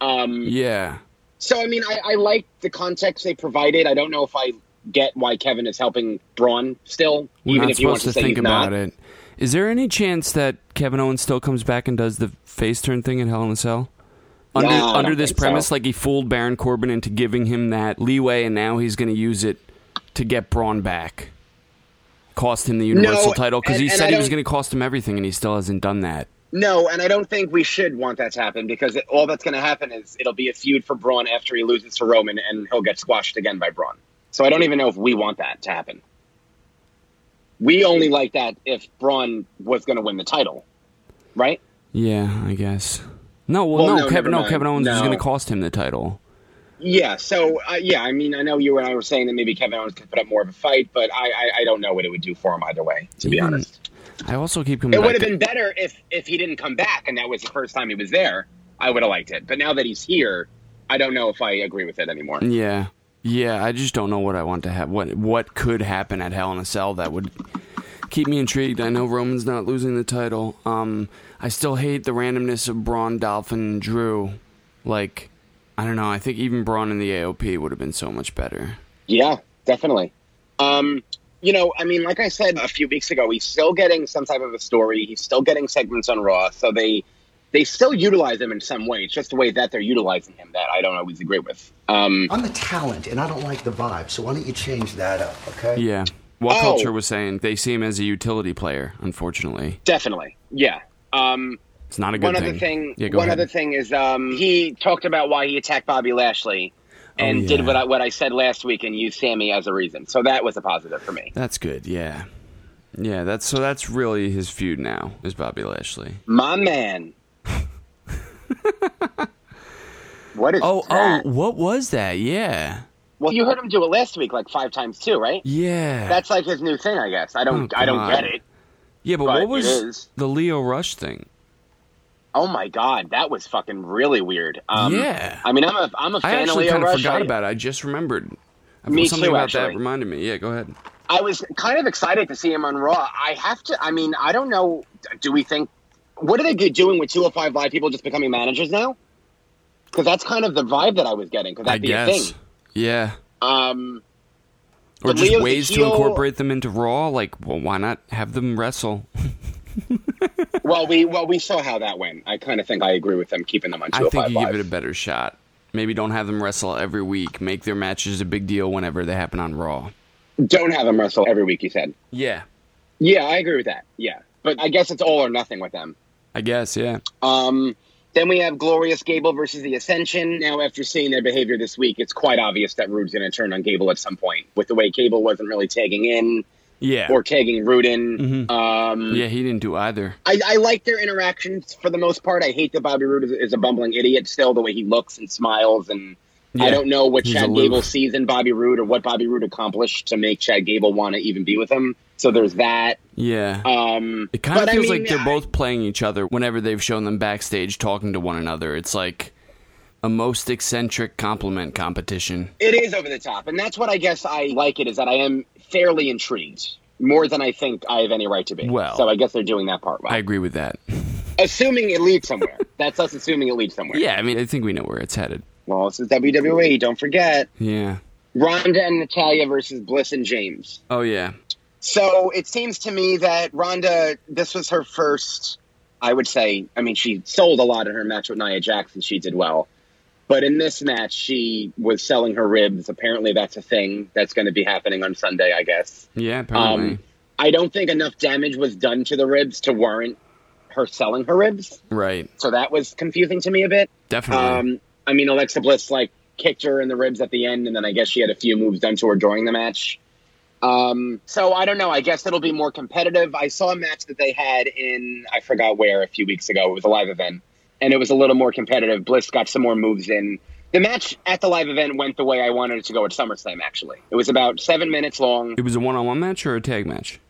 [SPEAKER 6] Um,
[SPEAKER 7] Yeah,
[SPEAKER 6] so I mean, I, I like the context they provided. I don't know if I get why Kevin is helping Braun still,
[SPEAKER 7] we're
[SPEAKER 6] even
[SPEAKER 7] not
[SPEAKER 6] if you want
[SPEAKER 7] supposed
[SPEAKER 6] to,
[SPEAKER 7] to
[SPEAKER 6] say he's
[SPEAKER 7] think about
[SPEAKER 6] not.
[SPEAKER 7] it. Is there any chance that Kevin Owens still comes back and does the face turn thing in Hell in a Cell? Under,
[SPEAKER 6] Nah, I don't
[SPEAKER 7] under this
[SPEAKER 6] think so.
[SPEAKER 7] premise, like he fooled Baron Corbin into giving him that leeway, and now he's going to use it to get Braun back. Cost him the Universal title because
[SPEAKER 6] and-
[SPEAKER 7] he
[SPEAKER 6] and
[SPEAKER 7] said
[SPEAKER 6] I
[SPEAKER 7] he was
[SPEAKER 6] don't-
[SPEAKER 7] going to cost him everything, and he still hasn't done that.
[SPEAKER 6] No, and I don't think we should want that to happen because it, all that's going to happen is it'll be a feud for Braun after he loses to Roman and he'll get squashed again by Braun. So I don't even know if we want that to happen. We only like that if Braun was going to win the title, right?
[SPEAKER 7] Yeah, I guess. No, well,
[SPEAKER 6] Well,
[SPEAKER 7] no,
[SPEAKER 6] no, never
[SPEAKER 7] Kevin, no,
[SPEAKER 6] mind.
[SPEAKER 7] Kevin Owens is
[SPEAKER 6] No.
[SPEAKER 7] going to cost him the title.
[SPEAKER 6] Yeah. So uh, yeah, I mean, I know you and I were saying that maybe Kevin Owens could put up more of a fight, but I, I, I don't know what it would do for him either way. To be
[SPEAKER 7] Even-
[SPEAKER 6] honest,
[SPEAKER 7] Mm-hmm. I also keep coming
[SPEAKER 6] it
[SPEAKER 7] back.
[SPEAKER 6] would have
[SPEAKER 7] to-
[SPEAKER 6] been better if if he didn't come back and that was the first time he was there. I would have liked it, but now that he's here, I don't know if I agree with it anymore.
[SPEAKER 7] Yeah. Yeah, I just don't know what I want to have. What what could happen at Hell in a Cell that would keep me intrigued? I know Roman's not losing the title. Um, I still hate the randomness of Braun, Dolphin, Drew. Like, I don't know. I think even Braun in the AOP would have been so much better.
[SPEAKER 6] Yeah, definitely. Um, you know, I mean, like I said a few weeks ago, he's still getting some type of a story. He's still getting segments on Raw, so they they still utilize him in some way. It's just the way that they're utilizing him that I don't always agree with. Um,
[SPEAKER 4] I'm the talent, and I don't like the vibe. So why don't you change that up, okay?
[SPEAKER 7] Yeah. What
[SPEAKER 6] Oh.
[SPEAKER 7] culture was saying they see him as a utility player. Unfortunately,
[SPEAKER 6] definitely, yeah. Um,
[SPEAKER 7] it's not a good
[SPEAKER 6] one
[SPEAKER 7] thing.
[SPEAKER 6] other thing.
[SPEAKER 7] Yeah, go
[SPEAKER 6] one
[SPEAKER 7] ahead.
[SPEAKER 6] other thing is um, he talked about why he attacked Bobby Lashley. And
[SPEAKER 7] Oh, yeah.
[SPEAKER 6] did what I, what I said last week and used Sammy as a reason. So that was a positive for me.
[SPEAKER 7] That's good. Yeah. Yeah. That's so. That's really his feud now is Bobby Lashley.
[SPEAKER 6] My man. what is
[SPEAKER 7] Oh,
[SPEAKER 6] that?
[SPEAKER 7] oh, what was that? Yeah.
[SPEAKER 6] Well, you heard him do it last week like five times too, right?
[SPEAKER 7] Yeah.
[SPEAKER 6] That's like his new thing, I guess. I don't,
[SPEAKER 7] Oh,
[SPEAKER 6] I don't
[SPEAKER 7] God.
[SPEAKER 6] get it.
[SPEAKER 7] yeah, but
[SPEAKER 6] but
[SPEAKER 7] what
[SPEAKER 6] it
[SPEAKER 7] was
[SPEAKER 6] is.
[SPEAKER 7] the Leo Rush thing?
[SPEAKER 6] Oh my god, that was fucking really weird. Um,
[SPEAKER 7] Yeah.
[SPEAKER 6] I mean, I'm a, I'm a
[SPEAKER 7] I
[SPEAKER 6] fan of
[SPEAKER 7] actually
[SPEAKER 6] Leo
[SPEAKER 7] kind of
[SPEAKER 6] Rush.
[SPEAKER 7] forgot
[SPEAKER 6] I-
[SPEAKER 7] about it. I just remembered. I-
[SPEAKER 6] Me
[SPEAKER 7] Something
[SPEAKER 6] too,
[SPEAKER 7] about that
[SPEAKER 6] actually.
[SPEAKER 7] reminded me. Yeah, go ahead.
[SPEAKER 6] I was kind of excited to see him on Raw. I have to. I mean, I don't know. Do we think? What are they do- doing with 205 Live people just becoming managers now? Because that's kind of the vibe that I was getting. Because
[SPEAKER 7] I
[SPEAKER 6] that'd be a
[SPEAKER 7] guess.
[SPEAKER 6] thing.
[SPEAKER 7] Yeah.
[SPEAKER 6] Um,
[SPEAKER 7] Or
[SPEAKER 6] But
[SPEAKER 7] just
[SPEAKER 6] Leo's a
[SPEAKER 7] ways to
[SPEAKER 6] heel-
[SPEAKER 7] incorporate them into Raw. Like, well, why not have them wrestle?
[SPEAKER 6] well, we well we saw how that went. I kind of think I agree with them keeping them on
[SPEAKER 7] I
[SPEAKER 6] 205
[SPEAKER 7] think you
[SPEAKER 6] Live.
[SPEAKER 7] give it a better shot. Maybe don't have them wrestle every week. Make their matches a big deal whenever they happen on Raw.
[SPEAKER 6] Don't have them wrestle every week. You said.
[SPEAKER 7] Yeah.
[SPEAKER 6] Yeah, I agree with that. Yeah. But I guess it's all or nothing with them.
[SPEAKER 7] I guess, yeah.
[SPEAKER 6] Um, then we have Glorious Gable versus the Ascension. Now, after seeing their behavior this week, it's quite obvious that Rude's going to turn on Gable at some point with the way Gable wasn't really tagging in
[SPEAKER 7] Yeah. Mm-hmm.
[SPEAKER 6] or tagging Rude in. Um,
[SPEAKER 7] yeah, he didn't do either.
[SPEAKER 6] I, I like their interactions for the most part. I hate that Bobby Roode is, is a bumbling idiot still, the way he looks and smiles. And
[SPEAKER 7] Yeah.
[SPEAKER 6] I don't know what
[SPEAKER 7] He's
[SPEAKER 6] Chad
[SPEAKER 7] aloof.
[SPEAKER 6] Gable sees in Bobby Roode or what Bobby Roode accomplished to make Chad Gable want to even be with him. So there's that.
[SPEAKER 7] Yeah.
[SPEAKER 6] Um,
[SPEAKER 7] It kind of
[SPEAKER 6] but I
[SPEAKER 7] feels
[SPEAKER 6] mean,
[SPEAKER 7] like they're
[SPEAKER 6] I-
[SPEAKER 7] both playing each other whenever they've shown them backstage talking to one another. It's like a most eccentric compliment competition.
[SPEAKER 6] It is over the top, and that's what I guess I like it is that I am fairly intrigued more than I think I have any right to be.
[SPEAKER 7] Well-
[SPEAKER 6] so I guess they're doing that part well.
[SPEAKER 7] I agree with that.
[SPEAKER 6] assuming it leads somewhere. that's us assuming it leads somewhere.
[SPEAKER 7] Yeah, I mean, I think we know where it's headed.
[SPEAKER 6] Well, this is WWE. Don't forget
[SPEAKER 7] Yeah.
[SPEAKER 6] Ronda and Natalia versus Bliss and James.
[SPEAKER 7] Oh yeah.
[SPEAKER 6] So it seems to me that Ronda, this was her first, I would say, I mean, she sold a lot in her match with Nia Jackson. She did well. But in this match, she was selling her ribs. Apparently, that's a thing that's going to be happening on Sunday, I guess.
[SPEAKER 7] Yeah, apparently.
[SPEAKER 6] Um, I don't think enough damage was done to the ribs to warrant her selling her ribs.
[SPEAKER 7] right.
[SPEAKER 6] So that was confusing to me a bit.
[SPEAKER 7] Definitely.
[SPEAKER 6] Um, I mean, Alexa Bliss like kicked her in the ribs at the end, and then I guess she had a few moves done to her during the match. Um, so I don't know. I guess it'll be more competitive. I saw a match that they had in I forgot where a few weeks ago. It was a live event, and it was a little more competitive. Bliss got some more moves in. The match at the live event went the way I wanted it to go at SummerSlam. Actually, it was about seven minutes long,
[SPEAKER 7] it was a one on one match or a tag match?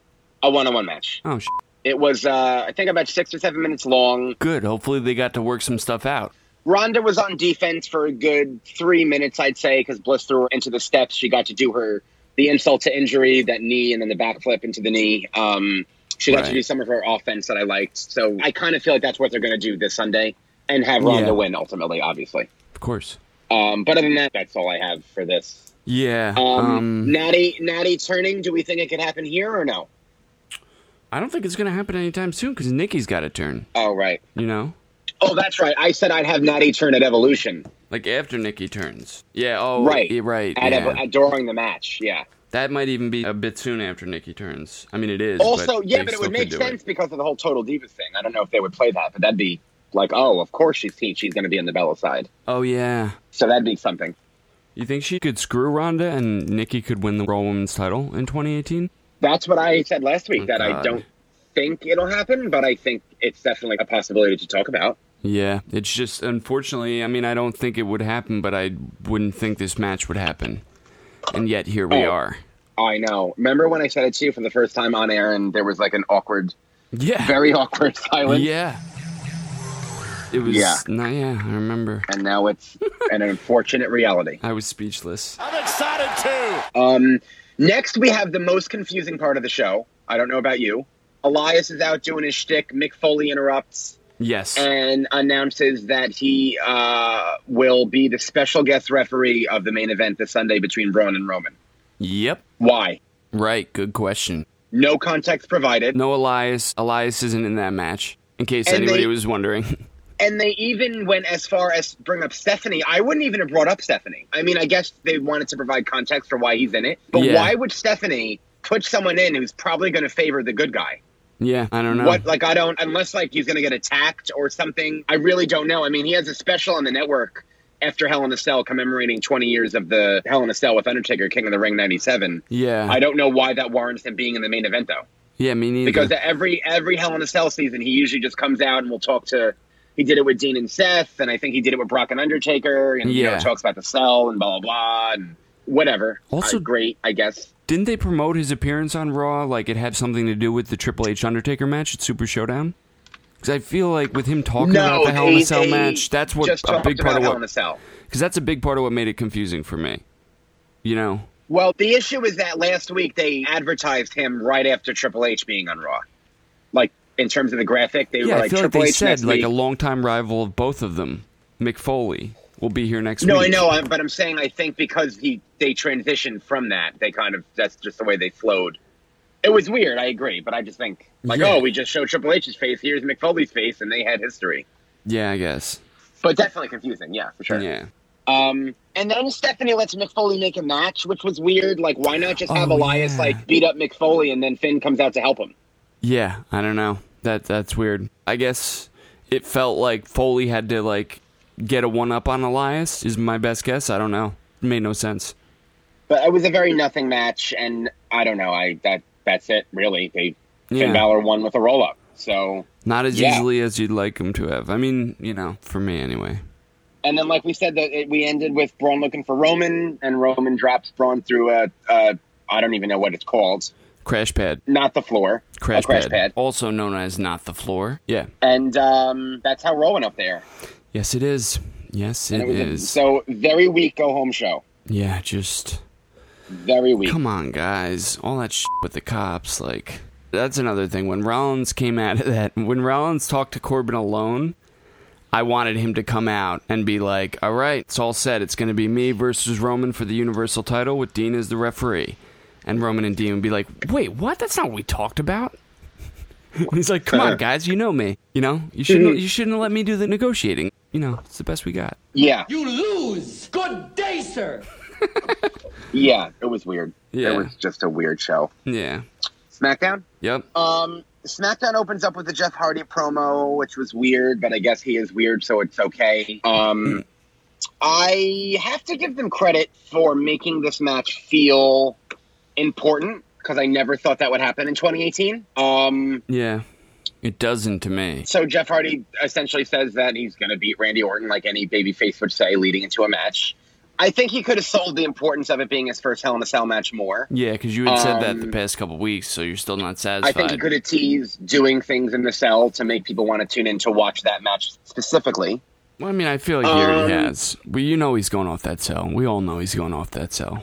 [SPEAKER 6] a one-on-one match.
[SPEAKER 7] Oh, sh-
[SPEAKER 6] It was uh, I think about six or seven minutes long.
[SPEAKER 7] good. Hopefully they got to work some stuff out.
[SPEAKER 6] Ronda was on defense for a good three minutes, I'd say, because Bliss threw her into the steps. She got to do her the insult to injury, that knee, and then the backflip into the knee. Um, she got
[SPEAKER 7] Right.
[SPEAKER 6] to do some of her offense that I liked. So I kind of feel like that's what they're going to do this Sunday and have Ronda
[SPEAKER 7] Yeah.
[SPEAKER 6] win ultimately, obviously.
[SPEAKER 7] Of course.
[SPEAKER 6] Um, but other than that, that's all I have for this.
[SPEAKER 7] Yeah.
[SPEAKER 6] Um,
[SPEAKER 7] um
[SPEAKER 6] Natty, Natty turning. Do we think it could happen here or no?
[SPEAKER 7] I don't think it's going to happen anytime soon because Nikki's got a turn,
[SPEAKER 6] Oh right.
[SPEAKER 7] you know?
[SPEAKER 6] Oh, that's right. I said I'd have Natty turn at Evolution.
[SPEAKER 7] Like after Nikki turns. Yeah, oh,
[SPEAKER 6] right.
[SPEAKER 7] yeah, right.
[SPEAKER 6] At
[SPEAKER 7] yeah.
[SPEAKER 6] Evo- at- during the match. Yeah.
[SPEAKER 7] that might even be a bit soon after Nikki turns. I mean, it is.
[SPEAKER 6] Also,
[SPEAKER 7] but
[SPEAKER 6] yeah,
[SPEAKER 7] they
[SPEAKER 6] but it
[SPEAKER 7] still
[SPEAKER 6] would
[SPEAKER 7] could
[SPEAKER 6] make
[SPEAKER 7] do
[SPEAKER 6] sense
[SPEAKER 7] It.
[SPEAKER 6] because of the whole Total Divas thing. I don't know if they would play that, but that'd be like, oh, of course she's seen she's going to be on the Bella side.
[SPEAKER 7] Oh, yeah.
[SPEAKER 6] So that'd be something.
[SPEAKER 7] You think she could screw Ronda and Nikki could win the Raw Women's title in 2018?
[SPEAKER 6] That's what I said last week,
[SPEAKER 7] Oh,
[SPEAKER 6] that I
[SPEAKER 7] God.
[SPEAKER 6] don't think it'll happen, but I think it's definitely a possibility to talk about.
[SPEAKER 7] Yeah, it's just unfortunately. I mean, I don't think it would happen, but I wouldn't think this match would happen, and yet here we
[SPEAKER 6] Oh.
[SPEAKER 7] are.
[SPEAKER 6] I know. Remember when I said it to you for the first time on air and there was like an awkward,
[SPEAKER 7] Yeah,
[SPEAKER 6] very awkward silence?
[SPEAKER 7] yeah. It was.
[SPEAKER 6] Yeah.
[SPEAKER 7] No, yeah, I remember.
[SPEAKER 6] And now it's an unfortunate reality.
[SPEAKER 7] I was speechless.
[SPEAKER 2] I'm excited too.
[SPEAKER 6] Um, next, we have the most confusing part of the show. I don't know about you. Elias is out doing his shtick. Mick Foley interrupts.
[SPEAKER 7] Yes.
[SPEAKER 6] and announces that he uh, will be the special guest referee of the main event this Sunday between Braun and Roman.
[SPEAKER 7] Yep.
[SPEAKER 6] Why?
[SPEAKER 7] Right. Good question.
[SPEAKER 6] No context provided.
[SPEAKER 7] No, Elias. Elias isn't in that match. In case
[SPEAKER 6] And
[SPEAKER 7] anybody
[SPEAKER 6] they-
[SPEAKER 7] was wondering.
[SPEAKER 6] And they even went as far as bring up Stephanie. I wouldn't even have brought up Stephanie. I mean, I guess they wanted to provide context for why he's in it. But
[SPEAKER 7] Yeah.
[SPEAKER 6] why would Stephanie put someone in who's probably going to favor the good guy?
[SPEAKER 7] yeah, I don't know.
[SPEAKER 6] What, like, I don't, unless, like, he's going to get attacked or something. I really don't know. I mean, he has a special on the network after Hell in a Cell commemorating 20 years of the Hell in a Cell with Undertaker, King of the Ring 97.
[SPEAKER 7] Yeah.
[SPEAKER 6] I don't know why that warrants him being in the main event, though.
[SPEAKER 7] yeah, me neither.
[SPEAKER 6] Because every every Hell in a Cell season, he usually just comes out and will talk to. He did it with Dean and Seth, and I think he did it with Brock and Undertaker, and you know,
[SPEAKER 7] Yeah.
[SPEAKER 6] talks about the cell and blah blah blah and whatever.
[SPEAKER 7] Also-
[SPEAKER 6] Uh, great, I guess.
[SPEAKER 7] Didn't they promote his appearance on Raw like it had something to do with the Triple H Undertaker match at Super Showdown? Because I feel like with him talking about the Hell in
[SPEAKER 6] they-
[SPEAKER 7] a Cell
[SPEAKER 6] they
[SPEAKER 7] match, that's what
[SPEAKER 6] just
[SPEAKER 7] a
[SPEAKER 6] talked
[SPEAKER 7] big part
[SPEAKER 6] about
[SPEAKER 7] of
[SPEAKER 6] Hell in a
[SPEAKER 7] what
[SPEAKER 6] Cell.
[SPEAKER 7] because that's a big part of what made it confusing for me. You know,
[SPEAKER 6] Well, the issue is that last week they advertised him right after Triple H being on Raw. Like in terms of the graphic, they
[SPEAKER 7] yeah,
[SPEAKER 6] were
[SPEAKER 7] I
[SPEAKER 6] like
[SPEAKER 7] feel like
[SPEAKER 6] Triple
[SPEAKER 7] they
[SPEAKER 6] H
[SPEAKER 7] said
[SPEAKER 6] next
[SPEAKER 7] like
[SPEAKER 6] week.
[SPEAKER 7] a longtime rival of both of them, Mick Foley, will be here next
[SPEAKER 6] no, I
[SPEAKER 7] week.
[SPEAKER 6] know, I- but I'm saying I think because he they transitioned from that, they kind of that's just the way they flowed. It was weird, I agree, but I just think like,
[SPEAKER 7] Yeah.
[SPEAKER 6] oh, we just showed Triple H's face, here's McFoley's face, and they had history.
[SPEAKER 7] Yeah, I guess.
[SPEAKER 6] But definitely confusing, yeah, for sure.
[SPEAKER 7] Yeah,
[SPEAKER 6] Um, and then Stephanie lets McFoley make a match, which was weird. Like, why not just have
[SPEAKER 7] Oh,
[SPEAKER 6] Elias
[SPEAKER 7] yeah.
[SPEAKER 6] like beat up McFoley and then Finn comes out to help him?
[SPEAKER 7] yeah. I don't know. That that's weird. I guess it felt like Foley had to like get a one up on Elias. Is my best guess. I don't know. It made no sense.
[SPEAKER 6] But it was a very nothing match, and I don't know. I that that's it really. They
[SPEAKER 7] Yeah.
[SPEAKER 6] Finn Balor won with a roll up. So
[SPEAKER 7] Not as
[SPEAKER 6] Yeah.
[SPEAKER 7] easily as you'd like him to have. I mean, you know, for me anyway.
[SPEAKER 6] and then like we said that it, we ended with Braun looking for Roman, and Roman drops Braun through a, a I don't even know what it's called,
[SPEAKER 7] Crash pad.
[SPEAKER 6] not the floor, a
[SPEAKER 7] Crash,
[SPEAKER 6] crash
[SPEAKER 7] pad.
[SPEAKER 6] pad.
[SPEAKER 7] Also known as not the floor. Yeah.
[SPEAKER 6] And um, that's how Rowan up there.
[SPEAKER 7] Yes, it is. Yes,
[SPEAKER 6] And
[SPEAKER 7] it
[SPEAKER 6] it was a-
[SPEAKER 7] is.
[SPEAKER 6] so very weak go home show.
[SPEAKER 7] yeah, just
[SPEAKER 6] Very weak.
[SPEAKER 7] come on, guys. All that shit with the cops, like that's another thing. When Rollins came out of that, when Rollins talked to Corbin alone, I wanted him to come out and be like, "All right, it's all set. It's going to be me versus Roman for the Universal title with Dean as the referee." and Roman and Dean would be like, "Wait, what? That's not what we talked about." And he's like, "Come on, guys, you know me. You know you shouldn't you shouldn't have let me do the negotiating. You know it's the best we got."
[SPEAKER 6] Yeah,
[SPEAKER 5] You lose. Good day, sir.
[SPEAKER 6] yeah, it was weird.
[SPEAKER 7] Yeah.
[SPEAKER 6] It was just a weird show.
[SPEAKER 7] Yeah.
[SPEAKER 6] SmackDown?
[SPEAKER 7] Yep.
[SPEAKER 6] Um, SmackDown opens up with the Jeff Hardy promo, which was weird, but I guess he is weird, so it's okay. Um, I have to give them credit for making this match feel important because I never thought that would happen in 2018. Um,
[SPEAKER 7] yeah. It doesn't to me.
[SPEAKER 6] so Jeff Hardy essentially says that he's going to beat Randy Orton like any babyface would say leading into a match. I think he could have sold the importance of it being his first Hell in a Cell match more.
[SPEAKER 7] Yeah, because you had said that the past couple weeks, so you're still not
[SPEAKER 6] Um, I
[SPEAKER 7] satisfied.
[SPEAKER 6] think he could have teased doing things in the cell to make people want to tune in to watch that match specifically.
[SPEAKER 7] well, I mean, I feel like he already
[SPEAKER 6] Um,
[SPEAKER 7] has. Well, you know he's going off that cell. We all know he's going off that cell.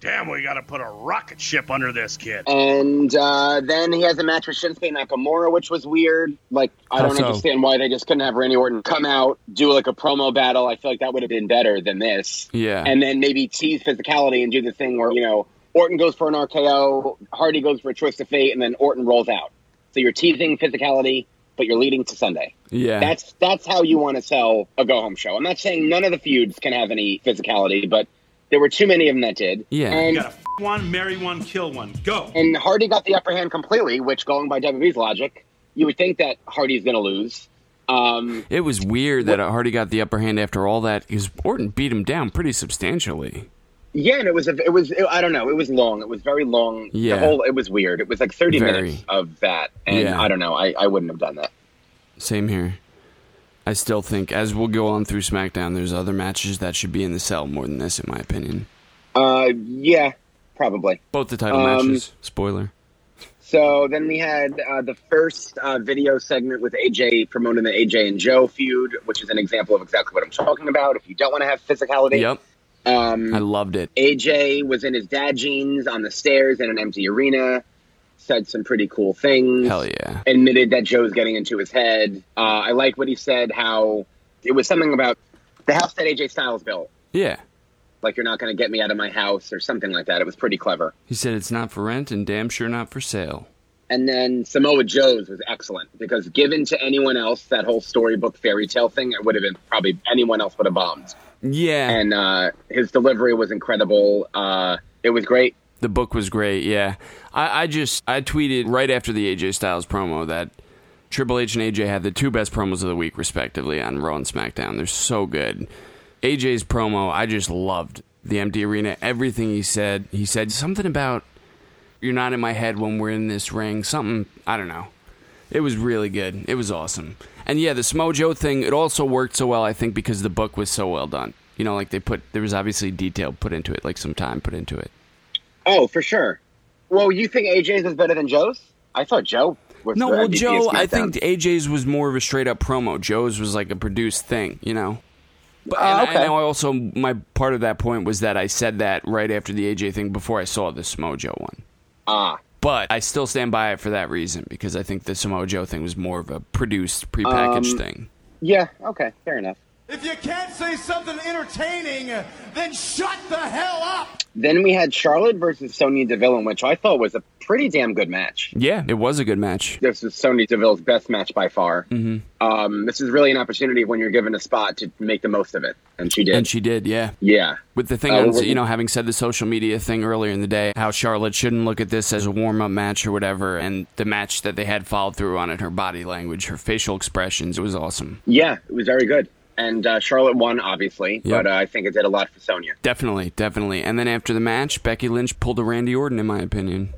[SPEAKER 1] Damn, we got to put a rocket ship under this kid.
[SPEAKER 6] And uh, then he has a match with Shinsuke Nakamura, which was weird. Like, I
[SPEAKER 7] How
[SPEAKER 6] don't
[SPEAKER 7] so?
[SPEAKER 6] understand why they just couldn't have Randy Orton come out, do like a promo battle. I feel like that would have been better than this.
[SPEAKER 7] Yeah.
[SPEAKER 6] And then maybe tease physicality and do the thing where, you know, Orton goes for an RKO, Hardy goes for a twist of fate, and then Orton rolls out. So you're teasing physicality, but you're leading to Sunday.
[SPEAKER 7] yeah.
[SPEAKER 6] That's that's how you want to sell a go home show. I'm not saying none of the feuds can have any physicality, but there were too many of them that did.
[SPEAKER 7] Yeah.
[SPEAKER 6] And
[SPEAKER 10] Gotta f- one, marry one, kill one. Go.
[SPEAKER 6] and Hardy got the upper hand completely, which going by WWE's logic, you would think that Hardy's going to lose. Um,
[SPEAKER 7] It was weird that Hardy got the upper hand after all that because Orton beat him down pretty substantially.
[SPEAKER 6] yeah, and it was a, it was I don't know, it was long. It was very long.
[SPEAKER 7] Yeah.
[SPEAKER 6] The whole it was weird. It was like 30
[SPEAKER 7] Very.
[SPEAKER 6] minutes of that, and
[SPEAKER 7] Yeah.
[SPEAKER 6] I don't know. I, I wouldn't have done that.
[SPEAKER 7] Same here. I still think, as we'll go on through SmackDown, there's other matches that should be in the cell more than this, in my opinion.
[SPEAKER 6] Uh, yeah, probably.
[SPEAKER 7] Both the title
[SPEAKER 6] Um,
[SPEAKER 7] matches. Spoiler.
[SPEAKER 6] So then we had uh, the first uh, video segment with AJ promoting the AJ and Joe feud, which is an example of exactly what I'm talking about. If you don't want to have physicality,
[SPEAKER 7] Yep.
[SPEAKER 6] um,
[SPEAKER 7] I loved it.
[SPEAKER 6] AJ was in his dad jeans on the stairs in an empty arena, said some pretty cool things.
[SPEAKER 7] Hell yeah.
[SPEAKER 6] Admitted that Joe's getting into his head. Uh, I like what he said, how it was something about the house that AJ Styles built.
[SPEAKER 7] Yeah.
[SPEAKER 6] Like, you're not going to get me out of my house or something like that. It was pretty clever.
[SPEAKER 7] He said it's not for rent and damn sure not for sale.
[SPEAKER 6] And then Samoa Joe's was excellent because given to anyone else, that whole storybook fairy tale thing, it would have been probably anyone else would have bombed.
[SPEAKER 7] Yeah.
[SPEAKER 6] And uh, his delivery was incredible. Uh, it was great.
[SPEAKER 7] The book was great, yeah. I, I just I tweeted right after the AJ Styles promo that Triple H and AJ had the two best promos of the week, respectively, on Raw and SmackDown. They're so good. AJ's promo, I just loved the empty arena. Everything he said, he said something about you're not in my head when we're in this ring. Something I don't know. It was really good. It was awesome. And yeah, the Smojo thing, it also worked so well, I think, because the book was so well done. You know, like they put there was obviously detail put into it, like some time put into it.
[SPEAKER 6] Oh, for sure. Well, you think AJ's is better than Joe's? I thought Joe was
[SPEAKER 7] No,
[SPEAKER 6] the E
[SPEAKER 7] well,
[SPEAKER 6] MVP of
[SPEAKER 7] Joe, I
[SPEAKER 6] SmackDown.
[SPEAKER 7] think AJ's was more of a straight up promo. Joe's was like a produced thing, you know. But
[SPEAKER 6] Ah,
[SPEAKER 7] and,
[SPEAKER 6] okay.
[SPEAKER 7] and I also my part of that point was that I said that right after the AJ thing before I saw the Samoa Joe one.
[SPEAKER 6] Ah.
[SPEAKER 7] But I still stand by it for that reason because I think the Samoa Joe thing was more of a produced,
[SPEAKER 6] Um,
[SPEAKER 7] prepackaged thing.
[SPEAKER 6] Yeah, okay, fair enough.
[SPEAKER 5] If you can't say something entertaining, then shut the hell up.
[SPEAKER 6] Then we had Charlotte versus Sonya Deville, in which I thought was a pretty damn good match.
[SPEAKER 7] Yeah, it was a good match.
[SPEAKER 6] This is Sonya Deville's best match by far.
[SPEAKER 7] Mm-hmm.
[SPEAKER 6] Um, this is really an opportunity when you're given a spot to make the most of it, and she did.
[SPEAKER 7] And she did, yeah.
[SPEAKER 6] yeah,
[SPEAKER 7] With the thing,
[SPEAKER 6] Uh,
[SPEAKER 7] on,
[SPEAKER 6] we're-
[SPEAKER 7] you know, having said the social media thing earlier in the day, how Charlotte shouldn't look at this as a warm up match or whatever, and the match that they had followed through on it, her body language, her facial expressions, it was awesome.
[SPEAKER 6] yeah, it was very good. And uh, Charlotte won, obviously,
[SPEAKER 7] Yeah.
[SPEAKER 6] but uh, I think it did a lot for Sonya.
[SPEAKER 7] Definitely, definitely. And then after the match, Becky Lynch pulled a Randy Orton, in my opinion.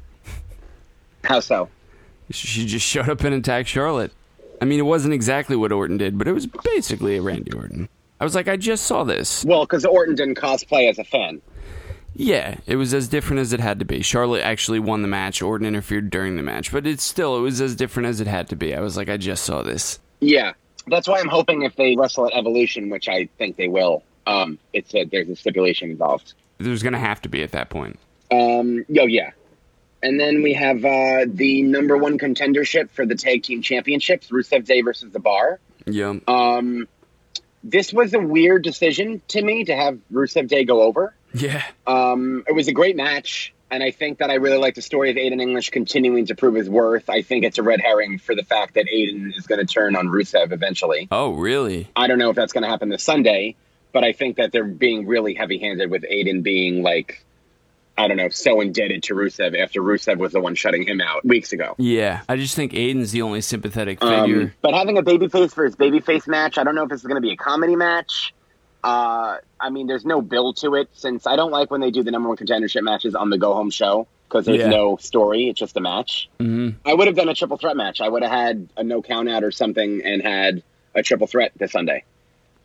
[SPEAKER 6] How so?
[SPEAKER 7] She just showed up and attacked Charlotte. I mean, it wasn't exactly what Orton did, but it was basically a Randy Orton. I was like, I just saw this.
[SPEAKER 6] Well, because Orton didn't cosplay as a fan.
[SPEAKER 7] Yeah, it was as different as it had to be. Charlotte actually won the match. Orton interfered during the match, but it's still it was as different as it had to be. I was like, I just saw this.
[SPEAKER 6] Yeah, that's why I'm hoping if they wrestle at Evolution, which I think they will, um, it's a, there's a stipulation involved.
[SPEAKER 7] There's gonna have to be at that point.
[SPEAKER 6] Um, yo, yeah. And then we have uh, the number one contendership for the tag team championships: Rusev Day versus The Bar.
[SPEAKER 7] Yeah,
[SPEAKER 6] Um, this was a weird decision to me to have Rusev Day go over.
[SPEAKER 7] yeah,
[SPEAKER 6] Um, it was a great match. And I think that I really like the story of Aiden English continuing to prove his worth. I think it's a red herring for the fact that Aiden is going to turn on Rusev eventually.
[SPEAKER 7] Oh, really?
[SPEAKER 6] I don't know if that's going to happen this Sunday, but I think that they're being really heavy handed with Aiden being like, I don't know, so indebted to Rusev after Rusev was the one shutting him out weeks ago.
[SPEAKER 7] Yeah. I just think Aiden's the only sympathetic
[SPEAKER 6] Um,
[SPEAKER 7] figure.
[SPEAKER 6] but having a babyface for his babyface match, I don't know if this is going to be a comedy match. Uh, I mean, there's no build to it since I don't like when they do the number one contendership matches on the go home show because there's
[SPEAKER 7] Yeah.
[SPEAKER 6] no story; it's just a match.
[SPEAKER 7] Mhm.
[SPEAKER 6] I would have done a triple threat match. I would have had a no count out or something and had a triple threat this Sunday.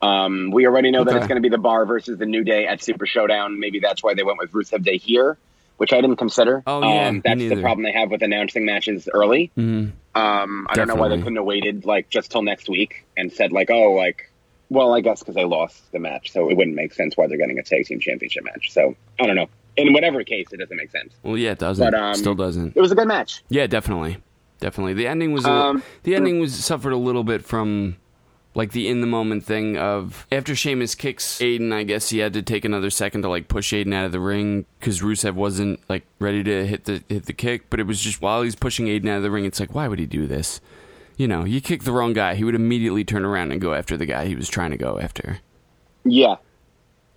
[SPEAKER 6] Um, we already know that
[SPEAKER 7] Okay.
[SPEAKER 6] it's going to be the Bar versus the New Day at Super Showdown. Maybe that's why they went with Rusev Day here, which I didn't consider.
[SPEAKER 7] Oh, yeah,
[SPEAKER 6] um,
[SPEAKER 7] me
[SPEAKER 6] that's the
[SPEAKER 7] neither.
[SPEAKER 6] problem they have with announcing matches early.
[SPEAKER 7] Mhm.
[SPEAKER 6] Um, I don't know why they
[SPEAKER 7] Definitely.
[SPEAKER 6] couldn't have waited like just till next week and said like, oh, like, well, I guess because they lost the match, so it wouldn't make sense why they're getting a tag team championship match. So I don't know. In whatever case, it doesn't make sense.
[SPEAKER 7] Well, yeah, it doesn't.
[SPEAKER 6] But, um,
[SPEAKER 7] Still doesn't.
[SPEAKER 6] It was a good match.
[SPEAKER 7] Yeah, definitely, definitely. The ending was a
[SPEAKER 6] Um,
[SPEAKER 7] the ending was suffered a little bit from like the in the moment thing of after Sheamus kicks Aiden. I guess he had to take another second to like push Aiden out of the ring because Rusev wasn't like ready to hit the hit the kick. But it was just while he's pushing Aiden out of the ring, it's like why would he do this? You know, you kick the wrong guy, he would immediately turn around and go after the guy he was trying to go after.
[SPEAKER 6] Yeah,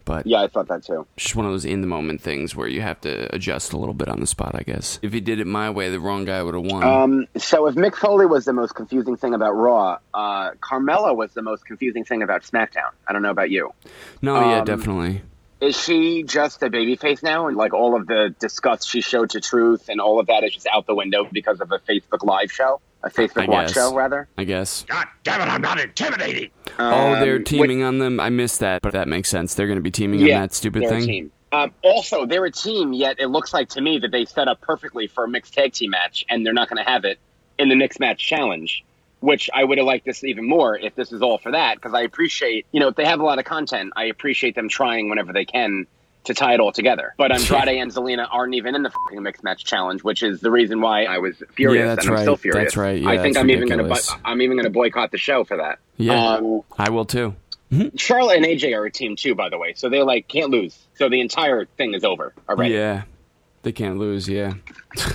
[SPEAKER 7] But
[SPEAKER 6] yeah, I thought that too.
[SPEAKER 7] just one of those in the moment things where you have to adjust a little bit on the spot, I guess. If he did it my way, the wrong guy would have won.
[SPEAKER 6] Um, so if Mick Foley was the most confusing thing about Raw, uh, Carmella was the most confusing thing about SmackDown. I don't know about you.
[SPEAKER 7] no, yeah,
[SPEAKER 6] um,
[SPEAKER 7] definitely.
[SPEAKER 6] Is she just a babyface now? And like all of the disgust she showed to Truth and all of that is just out the window because of a Facebook live show, a Facebook
[SPEAKER 7] I
[SPEAKER 6] watch
[SPEAKER 7] guess.
[SPEAKER 6] show rather.
[SPEAKER 7] I guess.
[SPEAKER 1] God damn it, I'm not intimidating.
[SPEAKER 7] oh, they're
[SPEAKER 6] Um,
[SPEAKER 7] teaming on them. I missed that, but that makes sense. They're going to be teaming
[SPEAKER 6] Yeah,
[SPEAKER 7] on that stupid
[SPEAKER 6] they're
[SPEAKER 7] thing.
[SPEAKER 6] A team. Um, also, they're a team, yet it looks like to me that they set up perfectly for a mixed tag team match, and they're not going to have it in the mixed match challenge. Which I would have liked this even more if this is all for that, because I appreciate, you know, if they have a lot of content, I appreciate them trying whenever they can to tie it all together. But Andrade and Zelina aren't even in the fucking mixed match challenge, which is the reason why I was furious
[SPEAKER 7] Yeah, that's
[SPEAKER 6] and I'm still
[SPEAKER 7] right.
[SPEAKER 6] furious.
[SPEAKER 7] That's right. Yeah,
[SPEAKER 6] I think
[SPEAKER 7] that's
[SPEAKER 6] I'm even going to,
[SPEAKER 7] ridiculous.
[SPEAKER 6] I'm even going to boycott the show for that.
[SPEAKER 7] Yeah.
[SPEAKER 6] Um,
[SPEAKER 7] I will too.
[SPEAKER 6] Charlotte and AJ are a team too, by the way. So they like can't lose. So the entire thing is over already.
[SPEAKER 7] Yeah. They can't lose. Yeah.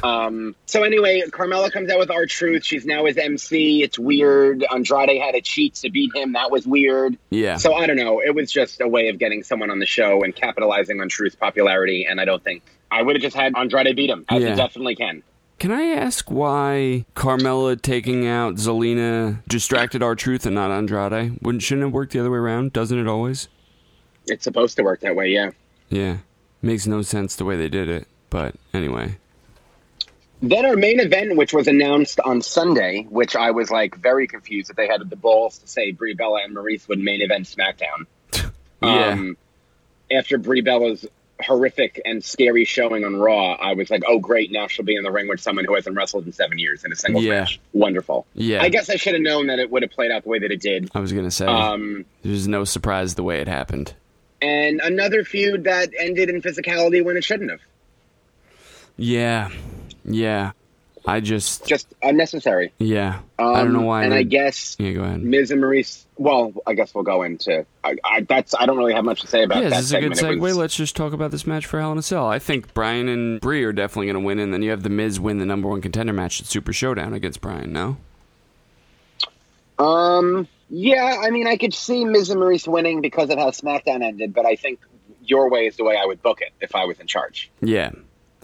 [SPEAKER 6] Um, so anyway, Carmella comes out with our truth. She's now his MC. It's weird. Andrade had a cheat to beat him. That was weird.
[SPEAKER 7] Yeah.
[SPEAKER 6] So I don't know. It was just a way of getting someone on the show and capitalizing on Truth's popularity. And I don't think I would have just had Andrade beat him, as
[SPEAKER 7] Yeah.
[SPEAKER 6] he definitely can.
[SPEAKER 7] Can I ask why Carmella taking out Zelina distracted our truth and not Andrade? Wouldn't shouldn't it work the other way around? Doesn't it always?
[SPEAKER 6] It's supposed to work that way. Yeah.
[SPEAKER 7] Yeah. Makes no sense the way they did it. But anyway.
[SPEAKER 6] Then our main event, which was announced on Sunday, which I was like very confused that they had the balls to say Brie Bella and Maurice would main event SmackDown.
[SPEAKER 7] Yeah.
[SPEAKER 6] Um, after Brie Bella's horrific and scary showing on Raw, I was like, oh, great, now she'll be in the ring with someone who hasn't wrestled in seven years in a singles
[SPEAKER 7] Yeah.
[SPEAKER 6] match. Wonderful.
[SPEAKER 7] Yeah.
[SPEAKER 6] I guess I should have known that it would have played out the way that it did.
[SPEAKER 7] I was going to say
[SPEAKER 6] Um,
[SPEAKER 7] there's no surprise the way it happened.
[SPEAKER 6] and another feud that ended in physicality when it shouldn't have.
[SPEAKER 7] Yeah. Yeah. I just
[SPEAKER 6] Just unnecessary.
[SPEAKER 7] yeah.
[SPEAKER 6] Um,
[SPEAKER 7] I don't know why
[SPEAKER 6] And
[SPEAKER 7] they-
[SPEAKER 6] I guess
[SPEAKER 7] Yeah, go ahead.
[SPEAKER 6] Ms. and Maurice. Well, I guess we'll go into. I, I, that's. I don't really have much to say about
[SPEAKER 7] Yeah,
[SPEAKER 6] that
[SPEAKER 7] this is a good
[SPEAKER 6] segment. It
[SPEAKER 7] segue.
[SPEAKER 6] was-
[SPEAKER 7] Let's just talk about this match for Hell in a Cell. I think Brian and Bree are definitely going to win, and then you have The Miz win the number one contender match at Super Showdown against Brian, no?
[SPEAKER 6] um. Yeah, I mean, I could see Ms. and Maurice winning because of how SmackDown ended, but I think your way is the way I would book it if I was in charge.
[SPEAKER 7] Yeah.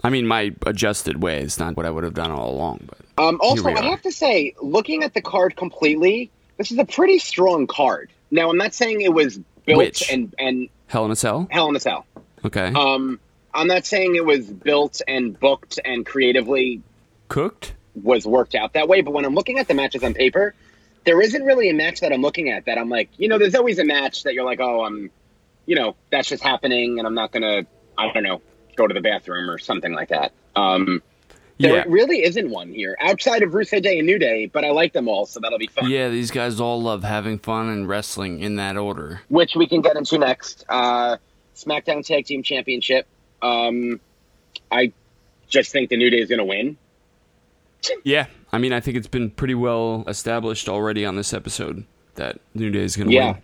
[SPEAKER 7] I mean, my adjusted way is not what I would have done all along, but
[SPEAKER 6] Um, also,
[SPEAKER 7] Here we
[SPEAKER 6] I
[SPEAKER 7] are.
[SPEAKER 6] have to say, looking at the card completely, this is a pretty strong card. Now, I'm not saying it was built
[SPEAKER 7] Which?
[SPEAKER 6] and and
[SPEAKER 7] Hell in a Cell?
[SPEAKER 6] Hell in a Cell.
[SPEAKER 7] Okay.
[SPEAKER 6] Um, I'm not saying it was built and booked and creatively
[SPEAKER 7] Cooked?
[SPEAKER 6] was worked out that way. But when I'm looking at the matches on paper, there isn't really a match that I'm looking at that I'm like, you know, there's always a match that you're like, oh, I'm, you know, that's just happening, and I'm not gonna, I don't know, go to the bathroom or something like that. Um, there
[SPEAKER 7] Yeah.
[SPEAKER 6] really isn't one here outside of Rusev Day and New Day, but I like them all, so that'll be fun.
[SPEAKER 7] Yeah, these guys all love having fun and wrestling in that order.
[SPEAKER 6] Which we can get into next. Uh, SmackDown Tag Team Championship. Um, I just think the New Day is gonna win.
[SPEAKER 7] Yeah. I mean, I think it's been pretty well established already on this episode that New Day is going to
[SPEAKER 6] Yeah.
[SPEAKER 7] win.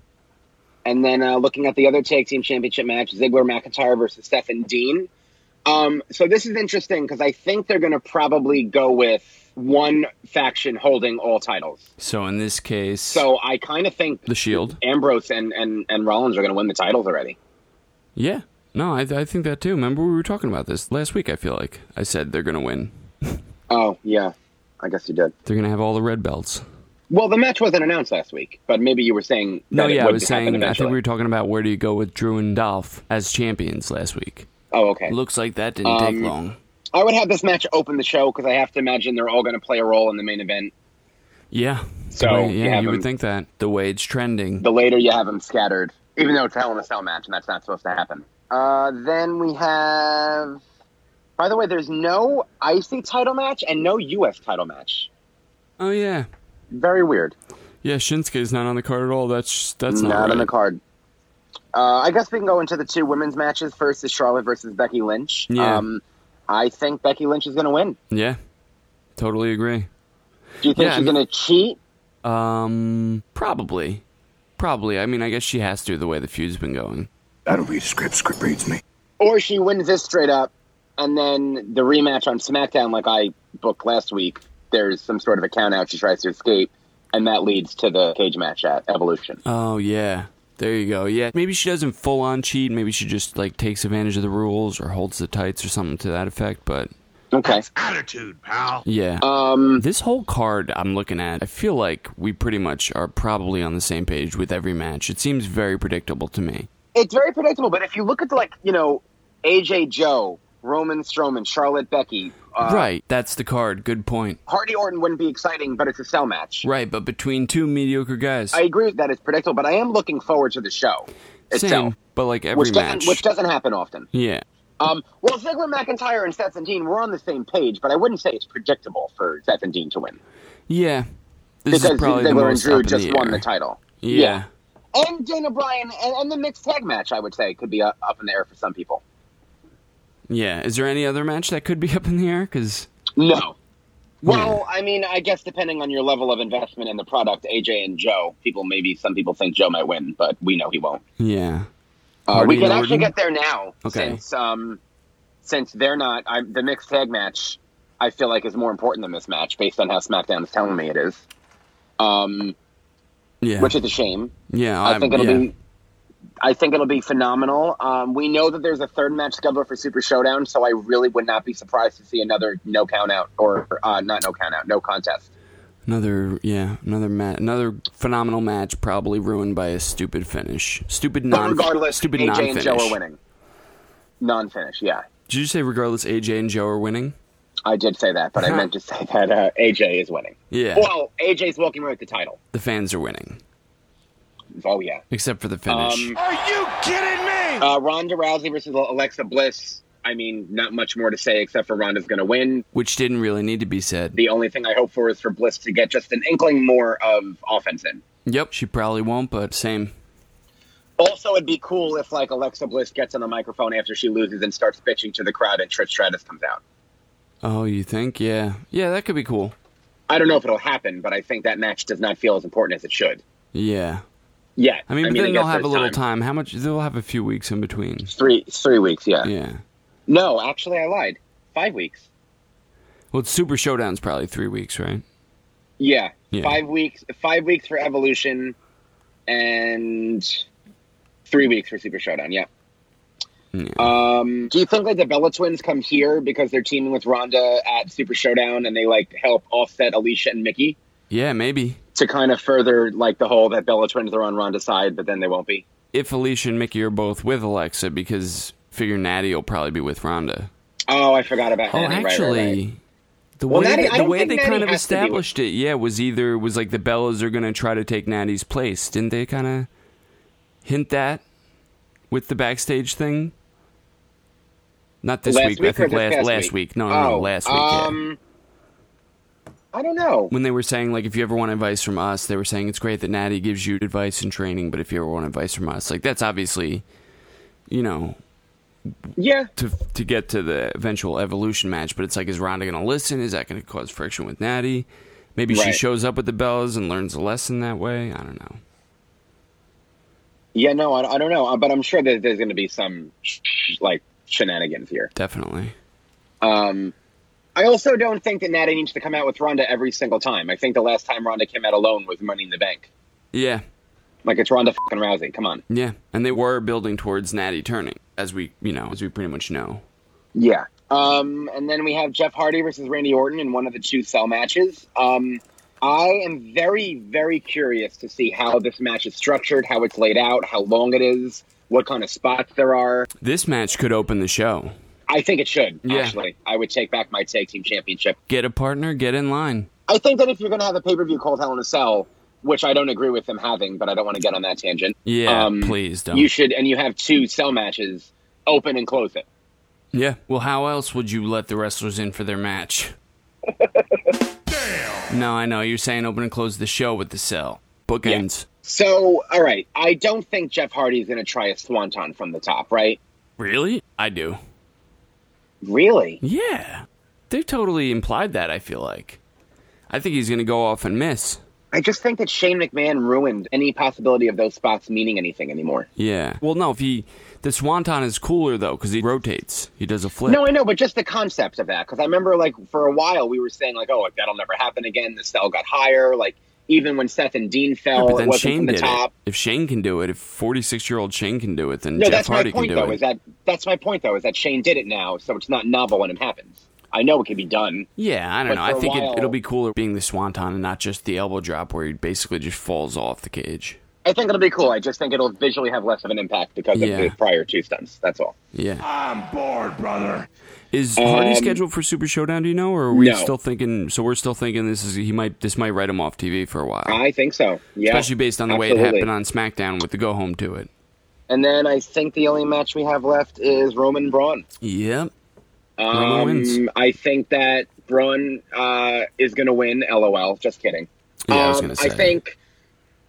[SPEAKER 6] And then uh, looking at the other tag team championship match, Ziggler McIntyre versus Stephen Dean. Um, so this is interesting because I think they're going to probably go with one faction holding all titles.
[SPEAKER 7] So in this case,
[SPEAKER 6] So I kind of think
[SPEAKER 7] the Shield.
[SPEAKER 6] Ambrose and, and, and Rollins are going to win the titles already.
[SPEAKER 7] Yeah. No, I, I think that too. Remember we were talking about this last week. I feel like I said they're gonna win.
[SPEAKER 6] Oh, yeah. I guess you did.
[SPEAKER 7] They're gonna have all the red belts.
[SPEAKER 6] Well, the match wasn't announced last week, but maybe you were saying.
[SPEAKER 7] No,
[SPEAKER 6] that it
[SPEAKER 7] yeah, I
[SPEAKER 6] would
[SPEAKER 7] was
[SPEAKER 6] happen
[SPEAKER 7] saying. I
[SPEAKER 6] eventually.
[SPEAKER 7] think we were talking about where do you go with Drew and Dolph as champions last week.
[SPEAKER 6] Oh, okay.
[SPEAKER 7] Looks like that didn't take
[SPEAKER 6] Um,
[SPEAKER 7] long.
[SPEAKER 6] I would have this match open the show because I have to imagine they're all going to play a role in the main event.
[SPEAKER 7] Yeah.
[SPEAKER 6] So,
[SPEAKER 7] The way-
[SPEAKER 6] you
[SPEAKER 7] yeah,
[SPEAKER 6] have
[SPEAKER 7] you would
[SPEAKER 6] them-
[SPEAKER 7] think that the way it's trending.
[SPEAKER 6] The later you have them scattered, even though it's a Hell in a Cell match, and that's not supposed to happen. Uh, then we have. By the way, there's no IC title match and no US title match.
[SPEAKER 7] oh yeah,
[SPEAKER 6] Very weird.
[SPEAKER 7] yeah. Shinsuke's not on the card at all. That's that's not,
[SPEAKER 6] not on the
[SPEAKER 7] right.
[SPEAKER 6] card. Uh, I guess we can go into the two women's matches. First is Charlotte versus Becky Lynch.
[SPEAKER 7] Yeah.
[SPEAKER 6] Um, I think Becky Lynch is going to win.
[SPEAKER 7] Yeah, totally agree.
[SPEAKER 6] Do you think
[SPEAKER 7] Yeah, I
[SPEAKER 6] she's
[SPEAKER 7] mean-
[SPEAKER 6] going to cheat?
[SPEAKER 7] Um, probably, probably. I mean, I guess she has to the way the feud's been going.
[SPEAKER 3] I don't read script. Script reads me.
[SPEAKER 6] Or she wins this straight up, and then the rematch on SmackDown, like I booked last week, there's some sort of a count out. She tries to escape, and that leads to the cage match at Evolution.
[SPEAKER 7] Oh yeah, there you go. Yeah, maybe she doesn't full on cheat. Maybe she just like takes advantage of the rules or holds the tights or something to that effect. But
[SPEAKER 6] Okay.
[SPEAKER 1] Attitude, pal.
[SPEAKER 7] yeah,
[SPEAKER 6] Um,
[SPEAKER 7] this whole card I'm looking at, I feel like we pretty much are probably on the same page with every match. It seems very predictable to me.
[SPEAKER 6] it's very predictable, but if you look at the, like, you know, AJ Joe, Roman Strowman, Charlotte Becky, uh,
[SPEAKER 7] right, that's the card. Good point.
[SPEAKER 6] Hardy Orton wouldn't be exciting, but it's a cell match.
[SPEAKER 7] Right, but between two mediocre guys,
[SPEAKER 6] I agree that it's predictable, but I am looking forward to the show
[SPEAKER 7] same.
[SPEAKER 6] itself,
[SPEAKER 7] But like every
[SPEAKER 6] which
[SPEAKER 7] match,
[SPEAKER 6] doesn't which doesn't happen often.
[SPEAKER 7] yeah.
[SPEAKER 6] Um, well, Ziggler, McIntyre, and Seth and Dean were on the same page, but I wouldn't say it's predictable for Seth and Dean to win
[SPEAKER 7] Yeah. This
[SPEAKER 6] because
[SPEAKER 7] is probably
[SPEAKER 6] Ziggler
[SPEAKER 7] the
[SPEAKER 6] and
[SPEAKER 7] most up
[SPEAKER 6] Drew
[SPEAKER 7] in
[SPEAKER 6] just won
[SPEAKER 7] air.
[SPEAKER 6] the title.
[SPEAKER 7] Yeah.
[SPEAKER 6] Yeah. and Dana Bryan and, and the mixed tag match, I would say, could be uh, up in the air for some people.
[SPEAKER 7] Yeah. Is there any other match that could be up in the air? Because
[SPEAKER 6] No.
[SPEAKER 7] Hmm.
[SPEAKER 6] Well, I mean, I guess depending on your level of investment in the product, AJ and Joe, people maybe some people think Joe might win, but we know he won't.
[SPEAKER 7] yeah,
[SPEAKER 6] Uh, we
[SPEAKER 7] Hardy
[SPEAKER 6] can
[SPEAKER 7] and
[SPEAKER 6] actually
[SPEAKER 7] Orton?
[SPEAKER 6] get there now
[SPEAKER 7] Okay.
[SPEAKER 6] since um, since they're not i the mixed tag match. I feel like is more important than this match based on how SmackDown is telling me it is, um,
[SPEAKER 7] yeah,
[SPEAKER 6] which is a shame.
[SPEAKER 7] yeah.
[SPEAKER 6] I, think it'll
[SPEAKER 7] yeah.
[SPEAKER 6] be. I think it'll be phenomenal. Um, we know that there's a third match scheduled for Super Showdown, so I really would not be surprised to see another no count out or uh, not no count out, no contest.
[SPEAKER 7] another yeah another ma- another phenomenal match probably ruined by a stupid finish, stupid non
[SPEAKER 6] but regardless,
[SPEAKER 7] stupid non
[SPEAKER 6] AJ and
[SPEAKER 7] finish.
[SPEAKER 6] Joe are winning. Non finish, yeah.
[SPEAKER 7] Did you say regardless AJ and Joe are winning?
[SPEAKER 6] I did say that, but I meant to say that uh, AJ is winning.
[SPEAKER 7] Yeah,
[SPEAKER 6] Well, AJ's walking away with the title.
[SPEAKER 7] the fans are winning
[SPEAKER 6] Oh yeah.
[SPEAKER 7] except for the finish.
[SPEAKER 6] Um,
[SPEAKER 1] Are you kidding me?
[SPEAKER 6] Uh, Ronda Rousey versus Alexa Bliss. I mean, not much more to say except for Ronda's going to win.
[SPEAKER 7] which didn't really need to be said.
[SPEAKER 6] The only thing I hope for is for Bliss to get just an inkling more of offense in.
[SPEAKER 7] yep, she probably won't, but same.
[SPEAKER 6] Also, it'd be cool if like Alexa Bliss gets on the microphone after she loses and starts bitching to the crowd, and Trish Stratus comes out.
[SPEAKER 7] Oh, you think? Yeah, yeah, that could be cool.
[SPEAKER 6] I don't know if it'll happen, but I think that match does not feel as important as it should.
[SPEAKER 7] Yeah,
[SPEAKER 6] Yet,
[SPEAKER 7] I mean, but
[SPEAKER 6] guess
[SPEAKER 7] then they'll have a
[SPEAKER 6] there's
[SPEAKER 7] little time. How much? They'll have a few weeks in between.
[SPEAKER 6] Three, it's three weeks. Yeah.
[SPEAKER 7] Yeah.
[SPEAKER 6] No, actually, I lied. Five weeks.
[SPEAKER 7] Well, it's Super Showdown's probably three weeks, right?
[SPEAKER 6] Yeah.
[SPEAKER 7] Yeah.
[SPEAKER 6] Five weeks five weeks for Evolution and three weeks for Super Showdown, yeah.
[SPEAKER 7] Yeah.
[SPEAKER 6] Um, do you think like the Bella twins come here because they're teaming with Ronda at Super Showdown and they like help offset Alicia and Mickey
[SPEAKER 7] Yeah, maybe.
[SPEAKER 6] to kind of further like the whole that Bella twins are on Ronda's side, but then they won't be?
[SPEAKER 7] If Alicia and Mickey are both with Alexa, because figure Natty will probably be with Rhonda.
[SPEAKER 6] Oh, I forgot about
[SPEAKER 7] Oh,
[SPEAKER 6] Natty. Right, right,
[SPEAKER 7] actually,
[SPEAKER 6] right.
[SPEAKER 7] the
[SPEAKER 6] Well,
[SPEAKER 7] way
[SPEAKER 6] Natty- I
[SPEAKER 7] they, the
[SPEAKER 6] don't
[SPEAKER 7] way
[SPEAKER 6] think
[SPEAKER 7] they
[SPEAKER 6] Natty
[SPEAKER 7] kind of
[SPEAKER 6] has to be with-
[SPEAKER 7] established it, yeah, was either was like the Bellas are going to try to take Natty's place. Didn't they kind of hint that with the backstage thing? Not this
[SPEAKER 6] Last
[SPEAKER 7] week,
[SPEAKER 6] week
[SPEAKER 7] I think
[SPEAKER 6] or this
[SPEAKER 7] last
[SPEAKER 6] past
[SPEAKER 7] last
[SPEAKER 6] week?
[SPEAKER 7] week. No, no, no
[SPEAKER 6] Oh,
[SPEAKER 7] last week. yeah.
[SPEAKER 6] um, I don't know.
[SPEAKER 7] When they were saying like, if you ever want advice from us, they were saying it's great that Natty gives you advice and training, but if you ever want advice from us, like that's obviously, you know,
[SPEAKER 6] Yeah.
[SPEAKER 7] to to get to the eventual evolution match, but it's like is Ronda going to listen? Is that going to cause friction with Natty? Maybe she
[SPEAKER 6] Right.
[SPEAKER 7] shows up with the bells and learns a lesson that way. I don't know.
[SPEAKER 6] Yeah, no, I, I don't know, uh, but I'm sure that there's going to be some sh- sh- like shenanigans here.
[SPEAKER 7] Definitely.
[SPEAKER 6] Um, I also don't think that Natty needs to come out with Ronda every single time. I think the last time Ronda came out alone was Money in the Bank.
[SPEAKER 7] Yeah.
[SPEAKER 6] Like it's Ronda fucking Rousey. Come on.
[SPEAKER 7] Yeah. And they were building towards Natty turning, as we you know, as we pretty much know.
[SPEAKER 6] Yeah. Um, and then we have Jeff Hardy versus Randy Orton in one of the two cell matches. Um, I am very, very curious to see how this match is structured, how it's laid out, how long it is, what kind of spots there are.
[SPEAKER 7] This match could open the show.
[SPEAKER 6] I think it should,
[SPEAKER 7] Yeah.
[SPEAKER 6] actually. I would take back my tag team championship.
[SPEAKER 7] Get a partner, get in line.
[SPEAKER 6] I think that if you're going to have a pay per view called Hell in a Cell, which I don't agree with them having, but I don't want to get on that tangent. um,
[SPEAKER 7] Yeah, please don't.
[SPEAKER 6] You should, and you have two cell matches, open and close it.
[SPEAKER 7] Yeah. Well, how else would you let the wrestlers in for their match? No, I know. You're saying open and close the show with the cell. Bookends.
[SPEAKER 6] So, all right, I don't think Jeff Hardy is going to try a swanton from the top, right?
[SPEAKER 7] Really? I do.
[SPEAKER 6] Really?
[SPEAKER 7] Yeah. They've totally implied that, I feel like. I think he's going to go off and miss.
[SPEAKER 6] I just think that Shane McMahon ruined any possibility of those spots meaning anything anymore.
[SPEAKER 7] Yeah. Well, no, if he. The Swanton is cooler, though, because he rotates. He does a flip.
[SPEAKER 6] No, I know, but just the concept of that. Because I remember, like, for a while we were saying, like, oh, like, that'll never happen again. The cell got higher. Like, even when Seth and Dean
[SPEAKER 7] Yeah,
[SPEAKER 6] fell,
[SPEAKER 7] but
[SPEAKER 6] it
[SPEAKER 7] then
[SPEAKER 6] wasn't
[SPEAKER 7] Shane
[SPEAKER 6] from the
[SPEAKER 7] did
[SPEAKER 6] top.
[SPEAKER 7] it. If Shane can do it, if 46 year old Shane can do it, then
[SPEAKER 6] No,
[SPEAKER 7] Jeff
[SPEAKER 6] that's
[SPEAKER 7] Hardy
[SPEAKER 6] my point,
[SPEAKER 7] can do
[SPEAKER 6] though.
[SPEAKER 7] it.
[SPEAKER 6] Is that that's my point, though? Is that Shane did it now, so it's not novel when it happens. I know it can be done.
[SPEAKER 7] Yeah, I don't
[SPEAKER 6] But
[SPEAKER 7] know.
[SPEAKER 6] for
[SPEAKER 7] I
[SPEAKER 6] a
[SPEAKER 7] think it,
[SPEAKER 6] while-
[SPEAKER 7] it'll be cooler being the swanton and not just the elbow drop where he basically just falls off the cage.
[SPEAKER 6] I think it'll be cool. I just think it'll visually have less of an impact because
[SPEAKER 7] Yeah.
[SPEAKER 6] of the prior two stunts. That's all.
[SPEAKER 7] Yeah.
[SPEAKER 5] I'm bored, brother.
[SPEAKER 7] Is Hardy
[SPEAKER 6] Um,
[SPEAKER 7] scheduled for Super Showdown? Do you know, or are we
[SPEAKER 6] no.
[SPEAKER 7] still thinking? So we're still thinking this is he might this might write him off TV for a while,
[SPEAKER 6] I think so. Yeah,
[SPEAKER 7] especially based on the way it
[SPEAKER 6] absolutely.
[SPEAKER 7] happened on SmackDown with the go home to it.
[SPEAKER 6] And then I think the only match we have left is Roman Braun.
[SPEAKER 7] Yep. Roman wins.
[SPEAKER 6] Um, I think that Braun uh, is going to win. LOL. Just kidding.
[SPEAKER 7] Yeah, I was
[SPEAKER 6] Um,
[SPEAKER 7] gonna say.
[SPEAKER 6] I think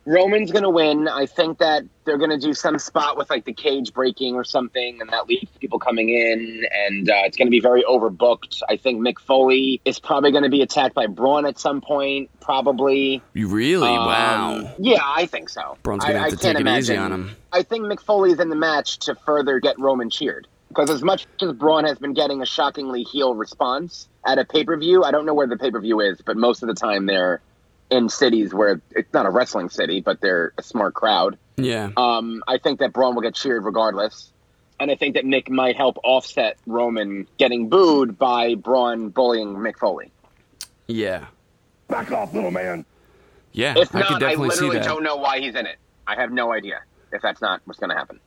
[SPEAKER 6] Roman's going to win. I think that they're going to do some spot with like the cage breaking or something, and that leads to people coming in, and uh, it's going to be very overbooked. I think Mick Foley is probably going to be attacked by Braun at some point, probably.
[SPEAKER 7] You really?
[SPEAKER 6] Um,
[SPEAKER 7] wow.
[SPEAKER 6] Yeah, I think so.
[SPEAKER 7] Braun's gonna
[SPEAKER 6] I-
[SPEAKER 7] have
[SPEAKER 6] I
[SPEAKER 7] to
[SPEAKER 6] can't
[SPEAKER 7] take it easy
[SPEAKER 6] imagine-
[SPEAKER 7] on him.
[SPEAKER 6] I think McFoley's in the match to further get Roman cheered. Because as much as Braun has been getting a shockingly heel response at a pay per view, I don't know where the pay per view is, but most of the time they're in cities where it's not a wrestling city, but they're a smart crowd.
[SPEAKER 7] Yeah.
[SPEAKER 6] Um, I think that Braun will get cheered regardless. And I think that Mick might help offset Roman getting booed by Braun bullying McFoley.
[SPEAKER 7] yeah.
[SPEAKER 1] Back off, little man.
[SPEAKER 7] Yeah.
[SPEAKER 6] If
[SPEAKER 7] I could
[SPEAKER 6] not, I,
[SPEAKER 7] definitely see
[SPEAKER 6] literally
[SPEAKER 7] that.
[SPEAKER 6] don't know why he's in it. I have no idea if that's not what's going to happen.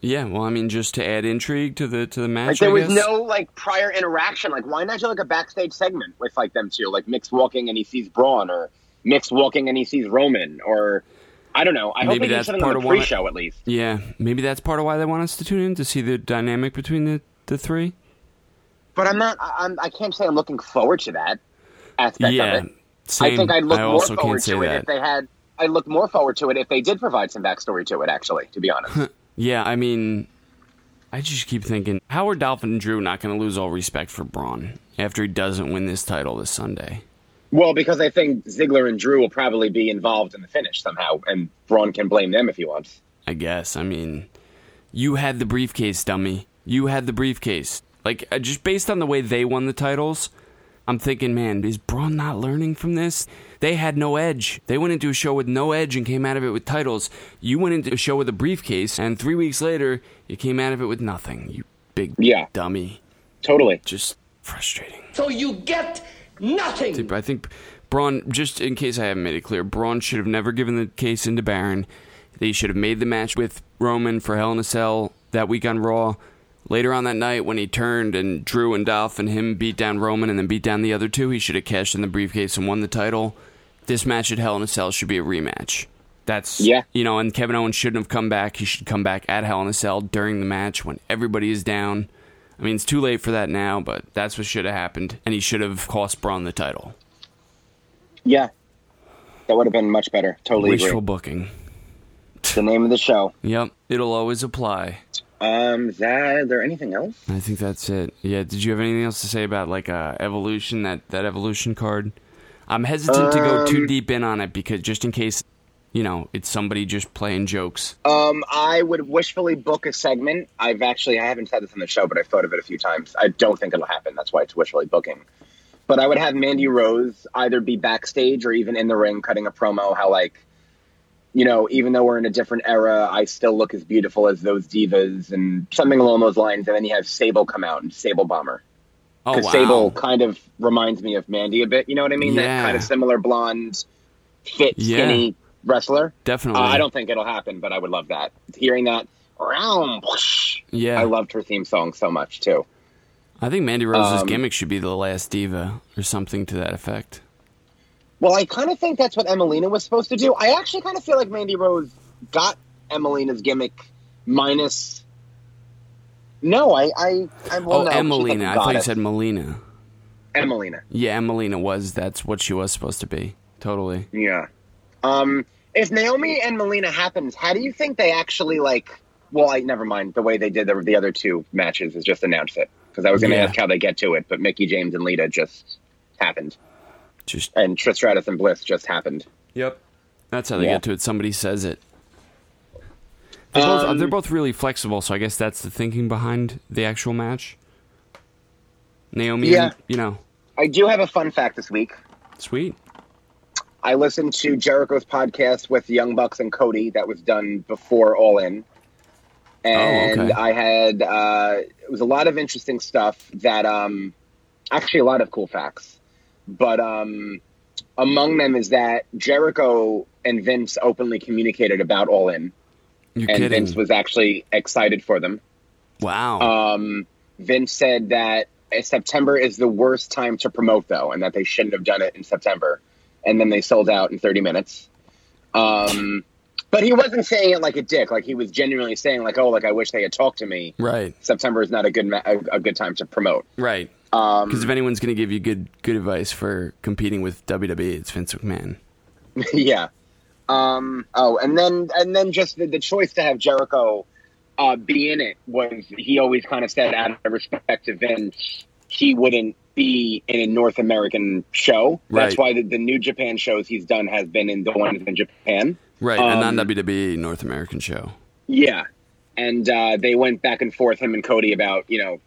[SPEAKER 7] Yeah. Well, I mean, just to add intrigue to the to the match.
[SPEAKER 6] Like there
[SPEAKER 7] I
[SPEAKER 6] was
[SPEAKER 7] guess.
[SPEAKER 6] no like prior interaction. Like why not do like a backstage segment with like them two? Like Mick's walking and he sees Braun, or Mick's walking and he sees Roman, or I don't know. I
[SPEAKER 7] Maybe
[SPEAKER 6] hope they do
[SPEAKER 7] that's
[SPEAKER 6] something on
[SPEAKER 7] part of
[SPEAKER 6] the
[SPEAKER 7] why-
[SPEAKER 6] pre-show at least.
[SPEAKER 7] Yeah, maybe that's part of why they want us to tune in to see the dynamic between the, the three.
[SPEAKER 6] But I'm not. I, I'm. I can't say I'm looking forward to that aspect
[SPEAKER 7] yeah,
[SPEAKER 6] of it.
[SPEAKER 7] same.
[SPEAKER 6] I think I'd look more
[SPEAKER 7] also
[SPEAKER 6] forward
[SPEAKER 7] can't
[SPEAKER 6] to
[SPEAKER 7] say
[SPEAKER 6] it
[SPEAKER 7] that.
[SPEAKER 6] if they had. I would look more forward to it if they did provide some backstory to it. Actually, to be honest,
[SPEAKER 7] yeah, I mean, I just keep thinking, how are Dolphin and Drew not going to lose all respect for Braun after he doesn't win this title this Sunday?
[SPEAKER 6] well, because I think Ziggler and Drew will probably be involved in the finish somehow, and Braun can blame them if he wants.
[SPEAKER 7] I guess. I mean, you had the briefcase, dummy. You had the briefcase. Like, uh, just based on the way they won the titles, I'm thinking, man, is Braun not learning from this? They had no edge. They went into a show with no edge and came out of it with titles. You went into a show with a briefcase, and three weeks later, you came out of it with nothing. You big
[SPEAKER 6] Yeah.
[SPEAKER 7] dummy.
[SPEAKER 6] Totally.
[SPEAKER 7] Just frustrating.
[SPEAKER 11] So you get nothing.
[SPEAKER 7] I think Braun, just in case I haven't made it clear, Braun should have never given the case into Baron. They should have made the match with Roman for Hell in a Cell that week on Raw. Later on that night, when he turned and Drew and Dolph and him beat down Roman and then beat down the other two, he should have cashed in the briefcase and won the title. This match at Hell in a Cell should be a rematch. That's
[SPEAKER 6] Yeah.
[SPEAKER 7] you know, and Kevin Owens shouldn't have come back. He should come back at Hell in a Cell during the match when everybody is down. I mean, it's too late for that now, but that's what should have happened, and he should have cost Braun the title.
[SPEAKER 6] Yeah. That would have been much better. Totally
[SPEAKER 7] Wishful
[SPEAKER 6] agree.
[SPEAKER 7] booking.
[SPEAKER 6] The name of the show.
[SPEAKER 7] Yep, it'll always apply.
[SPEAKER 6] Um, is that, is there anything else?
[SPEAKER 7] I think that's it. Yeah. Did you have anything else to say about like uh,
[SPEAKER 6] Um,
[SPEAKER 7] evolution that that evolution card? I'm hesitant to go too deep in on it because just in case you know, it's somebody just playing jokes.
[SPEAKER 6] Um, I would wishfully book a segment. I've actually I haven't said this on the show, but I've thought of it a few times. I don't think it'll happen. That's why it's wishfully booking. But I would have Mandy Rose either be backstage or even in the ring cutting a promo. How like, you know, even though we're in a different era, I still look as beautiful as those divas and something along those lines. And then you have Sable come out and Sable Bomber.
[SPEAKER 7] Oh
[SPEAKER 6] Because
[SPEAKER 7] wow.
[SPEAKER 6] Sable kind of reminds me of Mandy a bit. You know what I mean?
[SPEAKER 7] Yeah.
[SPEAKER 6] That kind of similar blonde, fit,
[SPEAKER 7] Yeah.
[SPEAKER 6] skinny wrestler.
[SPEAKER 7] Definitely.
[SPEAKER 6] Uh, I don't think it'll happen, but I would love that. Hearing that, round, whoosh.
[SPEAKER 7] Yeah.
[SPEAKER 6] I loved her theme song so much too.
[SPEAKER 7] I think Mandy Rose's
[SPEAKER 6] Um,
[SPEAKER 7] gimmick should be the last diva or something to that effect.
[SPEAKER 6] Well, I kind of think that's what Emelina was supposed to do. I actually kind of feel like Mandy Rose got Emelina's gimmick minus. No, I, I, I'm. Well,
[SPEAKER 7] oh,
[SPEAKER 6] no, she's
[SPEAKER 7] Emelina.
[SPEAKER 6] a
[SPEAKER 7] I thought you
[SPEAKER 6] goddess.
[SPEAKER 7] said Melina.
[SPEAKER 6] Emelina.
[SPEAKER 7] Yeah, Emelina was. That's what she was supposed to be. Totally.
[SPEAKER 6] Yeah. Um, if Naomi and Melina happens, how do you think they actually like? Well, I never mind. The way they did the, the other two matches is just announce it because I was going to
[SPEAKER 7] Yeah.
[SPEAKER 6] ask how they get to it, but Mickey James and Lita just happened,
[SPEAKER 7] Just
[SPEAKER 6] and Trish Stratus and Bliss just happened.
[SPEAKER 7] Yep. That's how they
[SPEAKER 6] Yeah.
[SPEAKER 7] get to it. Somebody says it. They're both, uh,
[SPEAKER 6] Um,
[SPEAKER 7] they're both really flexible, so I guess that's the thinking behind the actual match. Naomi,
[SPEAKER 6] Yeah.
[SPEAKER 7] and- you know,
[SPEAKER 6] I do have a fun fact this week.
[SPEAKER 7] sweet.
[SPEAKER 6] I listened to Jericho's podcast with Young Bucks and Cody that was done before All In. And
[SPEAKER 7] Oh, okay.
[SPEAKER 6] I had uh, it was a lot of interesting stuff that um, actually a lot of cool facts. But um, among them is that Jericho and Vince openly communicated about All In,
[SPEAKER 7] You're
[SPEAKER 6] and
[SPEAKER 7] kidding.
[SPEAKER 6] Vince was actually excited for them.
[SPEAKER 7] wow.
[SPEAKER 6] Um, Vince said that uh, September is the worst time to promote, though, and that they shouldn't have done it in September. And then they sold out in 30 minutes. Um, but he wasn't saying it like a dick. Like he was genuinely saying, like, "Oh, like I wish they had talked to me."
[SPEAKER 7] right.
[SPEAKER 6] September is not a good ma- a, a good time to promote.
[SPEAKER 7] Right.
[SPEAKER 6] Um,
[SPEAKER 7] Because if anyone's going to give you good good advice for competing with WWE, it's Vince McMahon.
[SPEAKER 6] yeah. Um, oh, and then and then just the, the choice to have Jericho uh, be in it was he always kind of said out of respect to Vince he wouldn't be in a North American show. That's
[SPEAKER 7] Right.
[SPEAKER 6] why the, the New Japan shows he's done has been in the ones in Japan.
[SPEAKER 7] Right. a
[SPEAKER 6] Um,
[SPEAKER 7] non WWE E, North American show.
[SPEAKER 6] Yeah, and uh, they went back and forth him and Cody about you know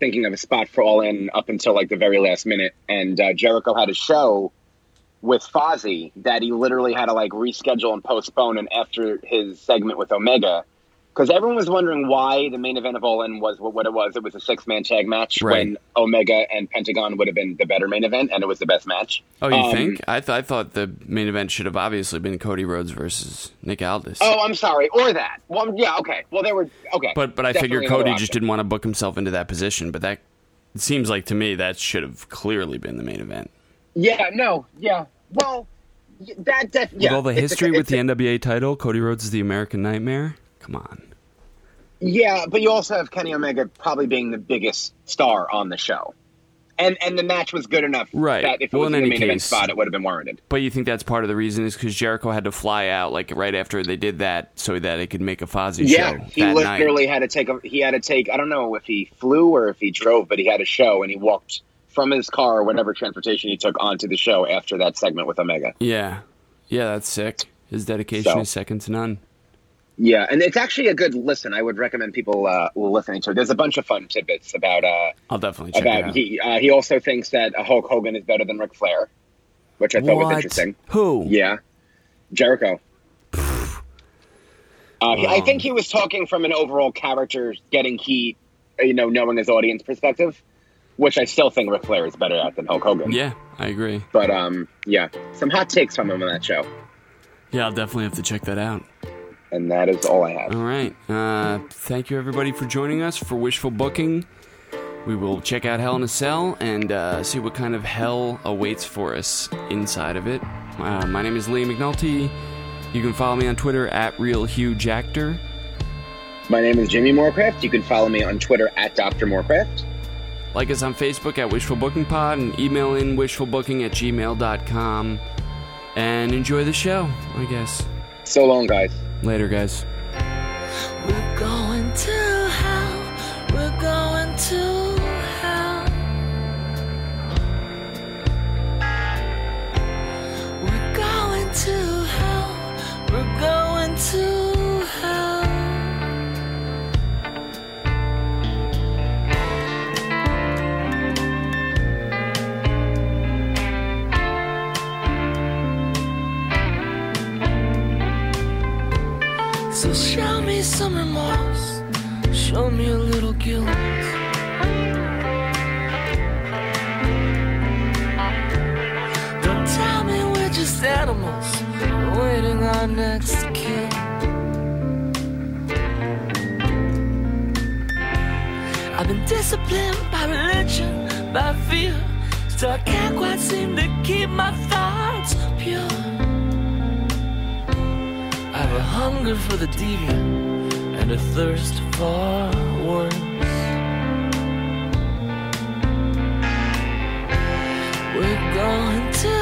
[SPEAKER 6] thinking of a spot for All In up until like the very last minute, and uh, Jericho had a show with Fozzy that he literally had to like reschedule and postpone, and after his segment with Omega. Because everyone was wondering why the main event of All In was what, what it was. It was a six man tag match
[SPEAKER 7] Right.
[SPEAKER 6] when Omega and Pentagon would have been the better main event, and it was the best match.
[SPEAKER 7] Oh, you
[SPEAKER 6] Um,
[SPEAKER 7] think? I, th- I thought the main event should have obviously been Cody Rhodes versus Nick Aldis.
[SPEAKER 6] Oh, I'm sorry, or that. Well, yeah, okay. Well, there were okay.
[SPEAKER 7] But but I figure
[SPEAKER 6] Definitely another
[SPEAKER 7] Cody
[SPEAKER 6] option.
[SPEAKER 7] just didn't want to book himself into that position. But that it seems like to me that should have clearly been the main event.
[SPEAKER 6] Yeah, no, yeah. Well, y- that def- yeah.
[SPEAKER 7] with all the
[SPEAKER 6] it's a-
[SPEAKER 7] history with
[SPEAKER 6] it's
[SPEAKER 7] the
[SPEAKER 6] a-
[SPEAKER 7] NWA title, Cody Rhodes is the American Nightmare. Come on,
[SPEAKER 6] Yeah, but you also have Kenny Omega probably being the biggest star on the show, and and the match was good enough
[SPEAKER 7] Right.
[SPEAKER 6] that if it
[SPEAKER 7] Well,
[SPEAKER 6] was
[SPEAKER 7] in
[SPEAKER 6] in the
[SPEAKER 7] any
[SPEAKER 6] main event
[SPEAKER 7] case-
[SPEAKER 6] spot, it would have been warranted.
[SPEAKER 7] but you think that's part of the reason is because Jericho had to fly out like right after they did that so that it could make a Fozzy
[SPEAKER 6] Yeah,
[SPEAKER 7] show
[SPEAKER 6] he
[SPEAKER 7] that night.
[SPEAKER 6] literally had to take a he had to take I don't know if he flew or if he drove, but he had a show and he walked from his car or whatever transportation he took onto the show after that segment with Omega.
[SPEAKER 7] Yeah, yeah, that's sick. His dedication
[SPEAKER 6] So.
[SPEAKER 7] is second to none.
[SPEAKER 6] Yeah, and it's actually a good listen. I would recommend people uh, listening to it. There's a bunch of fun tidbits about uh,
[SPEAKER 7] I'll definitely check it
[SPEAKER 6] about
[SPEAKER 7] out.
[SPEAKER 6] he uh, he also thinks that uh, Hulk Hogan is better than Ric Flair, which I thought was interesting.
[SPEAKER 7] Who?
[SPEAKER 6] Yeah, Jericho. Uh, he- I
[SPEAKER 7] Um.
[SPEAKER 6] think he was talking from an overall character getting heat, you know, knowing his audience perspective, which I still think Ric Flair is better at than Hulk Hogan.
[SPEAKER 7] Yeah, I agree.
[SPEAKER 6] But um, yeah, some hot takes from him on that show,
[SPEAKER 7] Yeah, I'll definitely have to check that out.
[SPEAKER 6] and that is all I have.
[SPEAKER 7] All right. Uh, thank you, everybody, for joining us for Wishful Booking. We will check out Hell in a Cell and uh, see what kind of hell awaits for us inside of it. Uh, my name is Liam McNulty. You can follow me on Twitter at RealHugeActor.
[SPEAKER 6] My name is Jimmy Moorcraft. You can follow me on Twitter at Dr. Moorcraft.
[SPEAKER 7] Like us on Facebook at Wishful Booking Pod and email in wishfulbooking at gmail.com. And enjoy the show, I guess.
[SPEAKER 6] So long, guys.
[SPEAKER 7] Later, guys.
[SPEAKER 12] We're going to hell. We're going to hell. We're going to hell. We're So show me some remorse. Show me a little guilt. Don't tell me we're just animals waiting our next kill. I've been disciplined by religion, by fear. Still, I can't quite seem to keep my thoughts pure. I have a hunger for the deviant and a thirst for words. We're going to